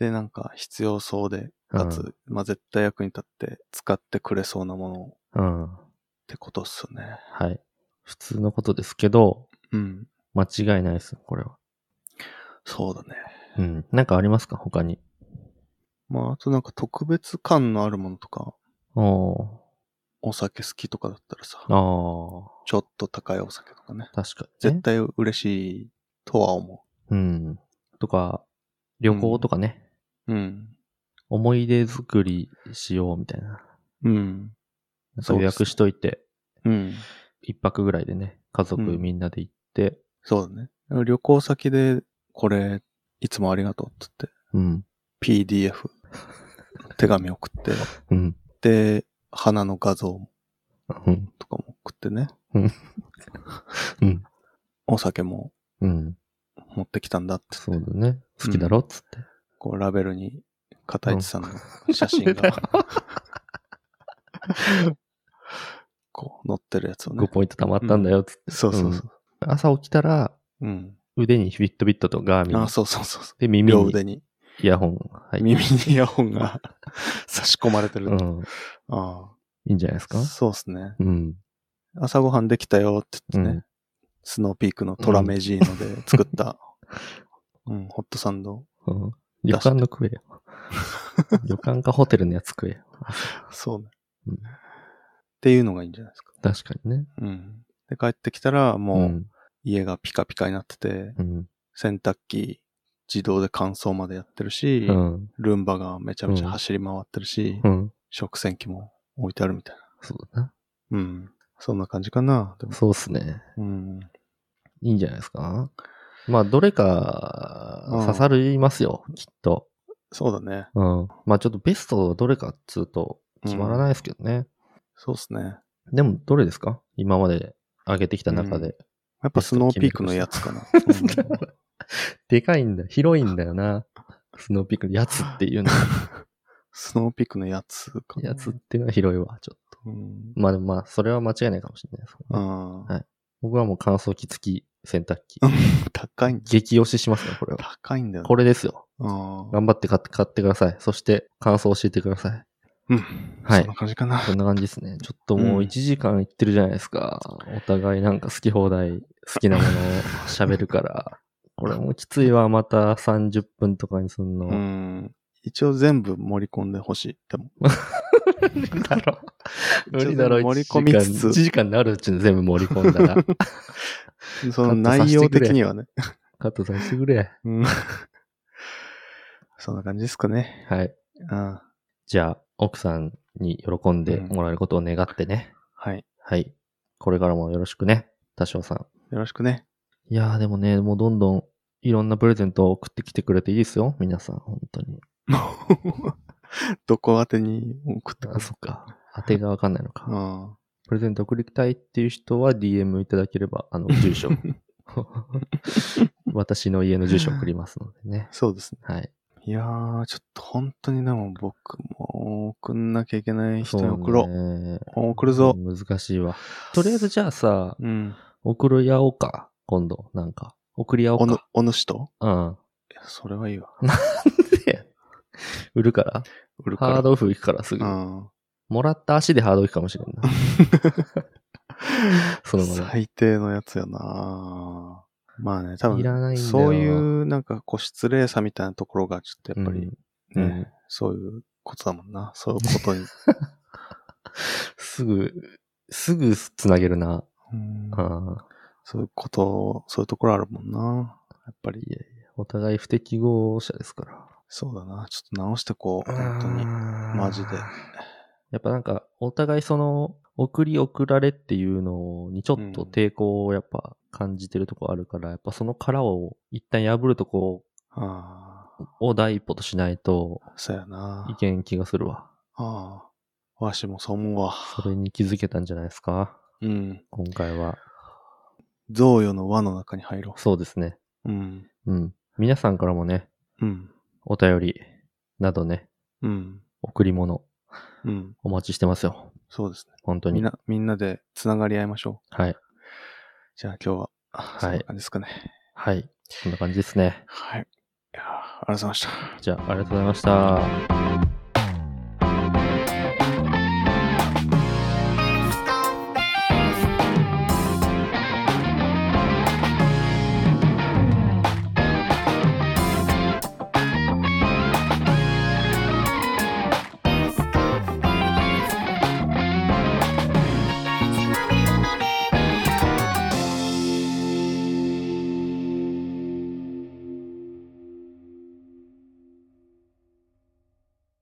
Speaker 2: で、なんか必要そうで、
Speaker 1: う
Speaker 2: か
Speaker 1: ん
Speaker 2: つ、まあ絶対役に立って使ってくれそうなものをっ
Speaker 1: うん。は
Speaker 2: てことっすよね。
Speaker 1: い。普通のことですけど、
Speaker 2: うん。
Speaker 1: 間違いないですよ、これは。
Speaker 2: そうだね。
Speaker 1: うん。なんかありますか他に。
Speaker 2: まあ、あとなんか特別感のあるものとか、
Speaker 1: お
Speaker 2: お酒好きとかだったらさ、
Speaker 1: ーあ
Speaker 2: ちょっと高いお酒とかね。
Speaker 1: あ、確かに、
Speaker 2: 絶。対嬉しいとは思
Speaker 1: うん。とか、旅行とかね、
Speaker 2: う。うん。
Speaker 1: 思い出作りしようみたいな。
Speaker 2: うん。
Speaker 1: なんか
Speaker 2: そう
Speaker 1: 予
Speaker 2: です
Speaker 1: 約しといて、
Speaker 2: うん。
Speaker 1: 一泊ぐらいでね、家族
Speaker 2: うん
Speaker 1: みんなで行って、
Speaker 2: そうだね。旅行先で、これ、いつもありがとうって
Speaker 1: うん。
Speaker 2: 言って、PDF、手紙送って、
Speaker 1: うん。
Speaker 2: で、花の画像
Speaker 1: うん。
Speaker 2: とかも送ってね。 [laughs]
Speaker 1: うんうん
Speaker 2: お酒も
Speaker 1: うん。
Speaker 2: 持ってきたんだって、
Speaker 1: そうだね。好きだろっつって。
Speaker 2: こう、ラベルに、片市さんの写真
Speaker 1: [laughs]
Speaker 2: が、こう、載ってるやつを
Speaker 1: 5
Speaker 2: ね。
Speaker 1: ポイント貯まったんだよっつって。
Speaker 2: そうそうそう。
Speaker 1: 朝起きたら、
Speaker 2: うん。
Speaker 1: 腕にフィットビットとガーミン
Speaker 2: あ、。そうそうそうそう。
Speaker 1: で、耳
Speaker 2: 両
Speaker 1: に
Speaker 2: 腕に、
Speaker 1: イヤホン。はい。
Speaker 2: 耳にイヤホンが差し込まれてる。
Speaker 1: う
Speaker 2: あ
Speaker 1: ん。
Speaker 2: あ
Speaker 1: いいんじゃないですか
Speaker 2: そうですね。
Speaker 1: うん。
Speaker 2: 朝ごはんできたよって
Speaker 1: う
Speaker 2: 言ってね、
Speaker 1: ん。 [laughs]
Speaker 2: スノーピークのトラメジーノで作った、うん、ホットサンド
Speaker 1: うん旅館の食え
Speaker 2: [laughs]
Speaker 1: よ。旅館かホテルのやつ食えよ。
Speaker 2: そうね、
Speaker 1: うん
Speaker 2: っていうのがいいんじゃないですか。
Speaker 1: 確かにね。
Speaker 2: うん。で、帰ってきたら、もう、
Speaker 1: ん。
Speaker 2: 家がピカピカになってて、
Speaker 1: うん。
Speaker 2: 洗濯機、自動で乾燥までやってるし、
Speaker 1: うん。
Speaker 2: ルンバがめちゃめちゃ走り回ってるし、
Speaker 1: うん。
Speaker 2: 食洗機も置いてあるみたい
Speaker 1: そうだな。
Speaker 2: な。うん。そんな感じかな。でも
Speaker 1: そうっすね。
Speaker 2: うん。
Speaker 1: いいんじゃないですかまあ、どれか
Speaker 2: うん
Speaker 1: 刺さりますよ、きっと。
Speaker 2: そうだね。
Speaker 1: うん。まあ、ちょっとベストはどれかっつうと
Speaker 2: うん
Speaker 1: 決まらないですけどね。
Speaker 2: そうですね。
Speaker 1: でも、どれですか今まで上げてきた中で。
Speaker 2: やっぱスノーピークのやつかな。
Speaker 1: でかいんだ、広いんだよな。スノーピークのやつっ
Speaker 2: [laughs]
Speaker 1: ていうの。
Speaker 2: スノーピークのやつかな。
Speaker 1: やつっていうのは広いわ、ちょっと。
Speaker 2: うん。
Speaker 1: まあ、でもまあ、それは間違いないかもしれないですけど
Speaker 2: う
Speaker 1: ね、
Speaker 2: ん。
Speaker 1: い僕はもう乾燥機付き洗濯機。
Speaker 2: 高いんだ。
Speaker 1: 激推ししますね、これは。
Speaker 2: 高いんだよね。
Speaker 1: これですよ。
Speaker 2: うん。
Speaker 1: 頑張って買って買ってください。そして、感想を教えてください。
Speaker 2: うん。
Speaker 1: はい
Speaker 2: そんな感じかな。
Speaker 1: こんな感じですね。ちょっともう
Speaker 2: うん
Speaker 1: 1時間いってるじゃないですか。お互いなんか好き放題、好きなものを喋る
Speaker 2: [laughs]
Speaker 1: から。これもうきついわ。また30分とかにすんの。
Speaker 2: うん。一応全部盛り込んでほしい。で
Speaker 1: [laughs]
Speaker 2: も。
Speaker 1: 無理だろ。無理だろ。
Speaker 2: 盛り込
Speaker 1: 1
Speaker 2: み
Speaker 1: 時
Speaker 2: つ
Speaker 1: 間
Speaker 2: つ
Speaker 1: 1、時間になるうちに全部盛り込んだら。
Speaker 2: その
Speaker 1: カットさ
Speaker 2: 内
Speaker 1: せて
Speaker 2: 容
Speaker 1: くれ
Speaker 2: 的にはね。
Speaker 1: カットさせてくれ。
Speaker 2: うん。そんな感じですかね。
Speaker 1: はい。
Speaker 2: うん。
Speaker 1: じゃあ、奥さんに喜んでもらえることを願ってね。
Speaker 2: はい。
Speaker 1: はい。これからもよろしくね。多少さん。
Speaker 2: よろしくね。 [laughs]
Speaker 1: いやーでもね、もうどんどんいろんなプレゼントを送ってきてくれていいですよ。皆さん、本当に。
Speaker 2: どこ宛てに送ってく
Speaker 1: あ、
Speaker 2: る
Speaker 1: そっか。当てがわかんないのか。
Speaker 2: あ
Speaker 1: プレゼント送りたいっていう人は DM いただければ、あの、住 [laughs] 所。私の家の住所送りますのでね。
Speaker 2: そうですね。
Speaker 1: はい。
Speaker 2: いやー、ちょっと本当にでも僕も送んなきゃいけない人に
Speaker 1: そう
Speaker 2: 送ろう。
Speaker 1: ね
Speaker 2: 送るぞ。
Speaker 1: 難しいわ。とりあえずじゃあさ、
Speaker 2: うん。
Speaker 1: 送り合おうか。今度、なんか。送り合お
Speaker 2: お
Speaker 1: う
Speaker 2: ぬ
Speaker 1: か。、
Speaker 2: お主と
Speaker 1: うん。
Speaker 2: いやそれはいいわ。
Speaker 1: で売るから
Speaker 2: 売るから。
Speaker 1: ハードオフ行くからすぐ
Speaker 2: う。ん。
Speaker 1: もらった足でハードオフかもし
Speaker 2: [laughs]
Speaker 1: れんな。そのまま。
Speaker 2: 最低のやつやなまあね、多
Speaker 1: いらないん
Speaker 2: 分、
Speaker 1: だよ
Speaker 2: そういうなんかこう失礼さみたいなところがちょっとやっぱり
Speaker 1: う
Speaker 2: ね
Speaker 1: ん、うん
Speaker 2: そういうことだもんな。そういう
Speaker 1: [laughs]
Speaker 2: ことに。
Speaker 1: すぐ、すぐつなげるな。
Speaker 2: うん
Speaker 1: あ
Speaker 2: そういうこと、そういうところあるもんな。やっぱり、
Speaker 1: お互い不適合者ですから。
Speaker 2: そうだな。ちょっと直してこう。本当に。マジで。
Speaker 1: やっぱなんか、お互いその、送り送られっていうのにちょっと抵抗をやっぱ感じてるとこあるから、やっぱその殻を一旦破るとこ
Speaker 2: あ
Speaker 1: を第一歩としないと。
Speaker 2: あ、そうやない
Speaker 1: けん気がするわ。
Speaker 2: ああ、わしもそう思うわ。
Speaker 1: それに気づけたんじゃないですか
Speaker 2: うん。
Speaker 1: 今回は。
Speaker 2: 贈与の輪の中に入ろ
Speaker 1: そうですね。
Speaker 2: う。うん。
Speaker 1: うん。皆さんからもね、
Speaker 2: うん。
Speaker 1: お便りなどね、
Speaker 2: うん。
Speaker 1: 贈り物
Speaker 2: うん。
Speaker 1: お待ちしてますよ。
Speaker 2: そうですね。
Speaker 1: 本当
Speaker 2: みん
Speaker 1: に。
Speaker 2: な、みんなでつながり合いましょう。
Speaker 1: はい。
Speaker 2: じゃあ今日は、はいそんな感じですかね。
Speaker 1: はい。そんな感じですね。
Speaker 2: はい。いやーありがとうございました。
Speaker 1: じゃあ、ありがとうございました。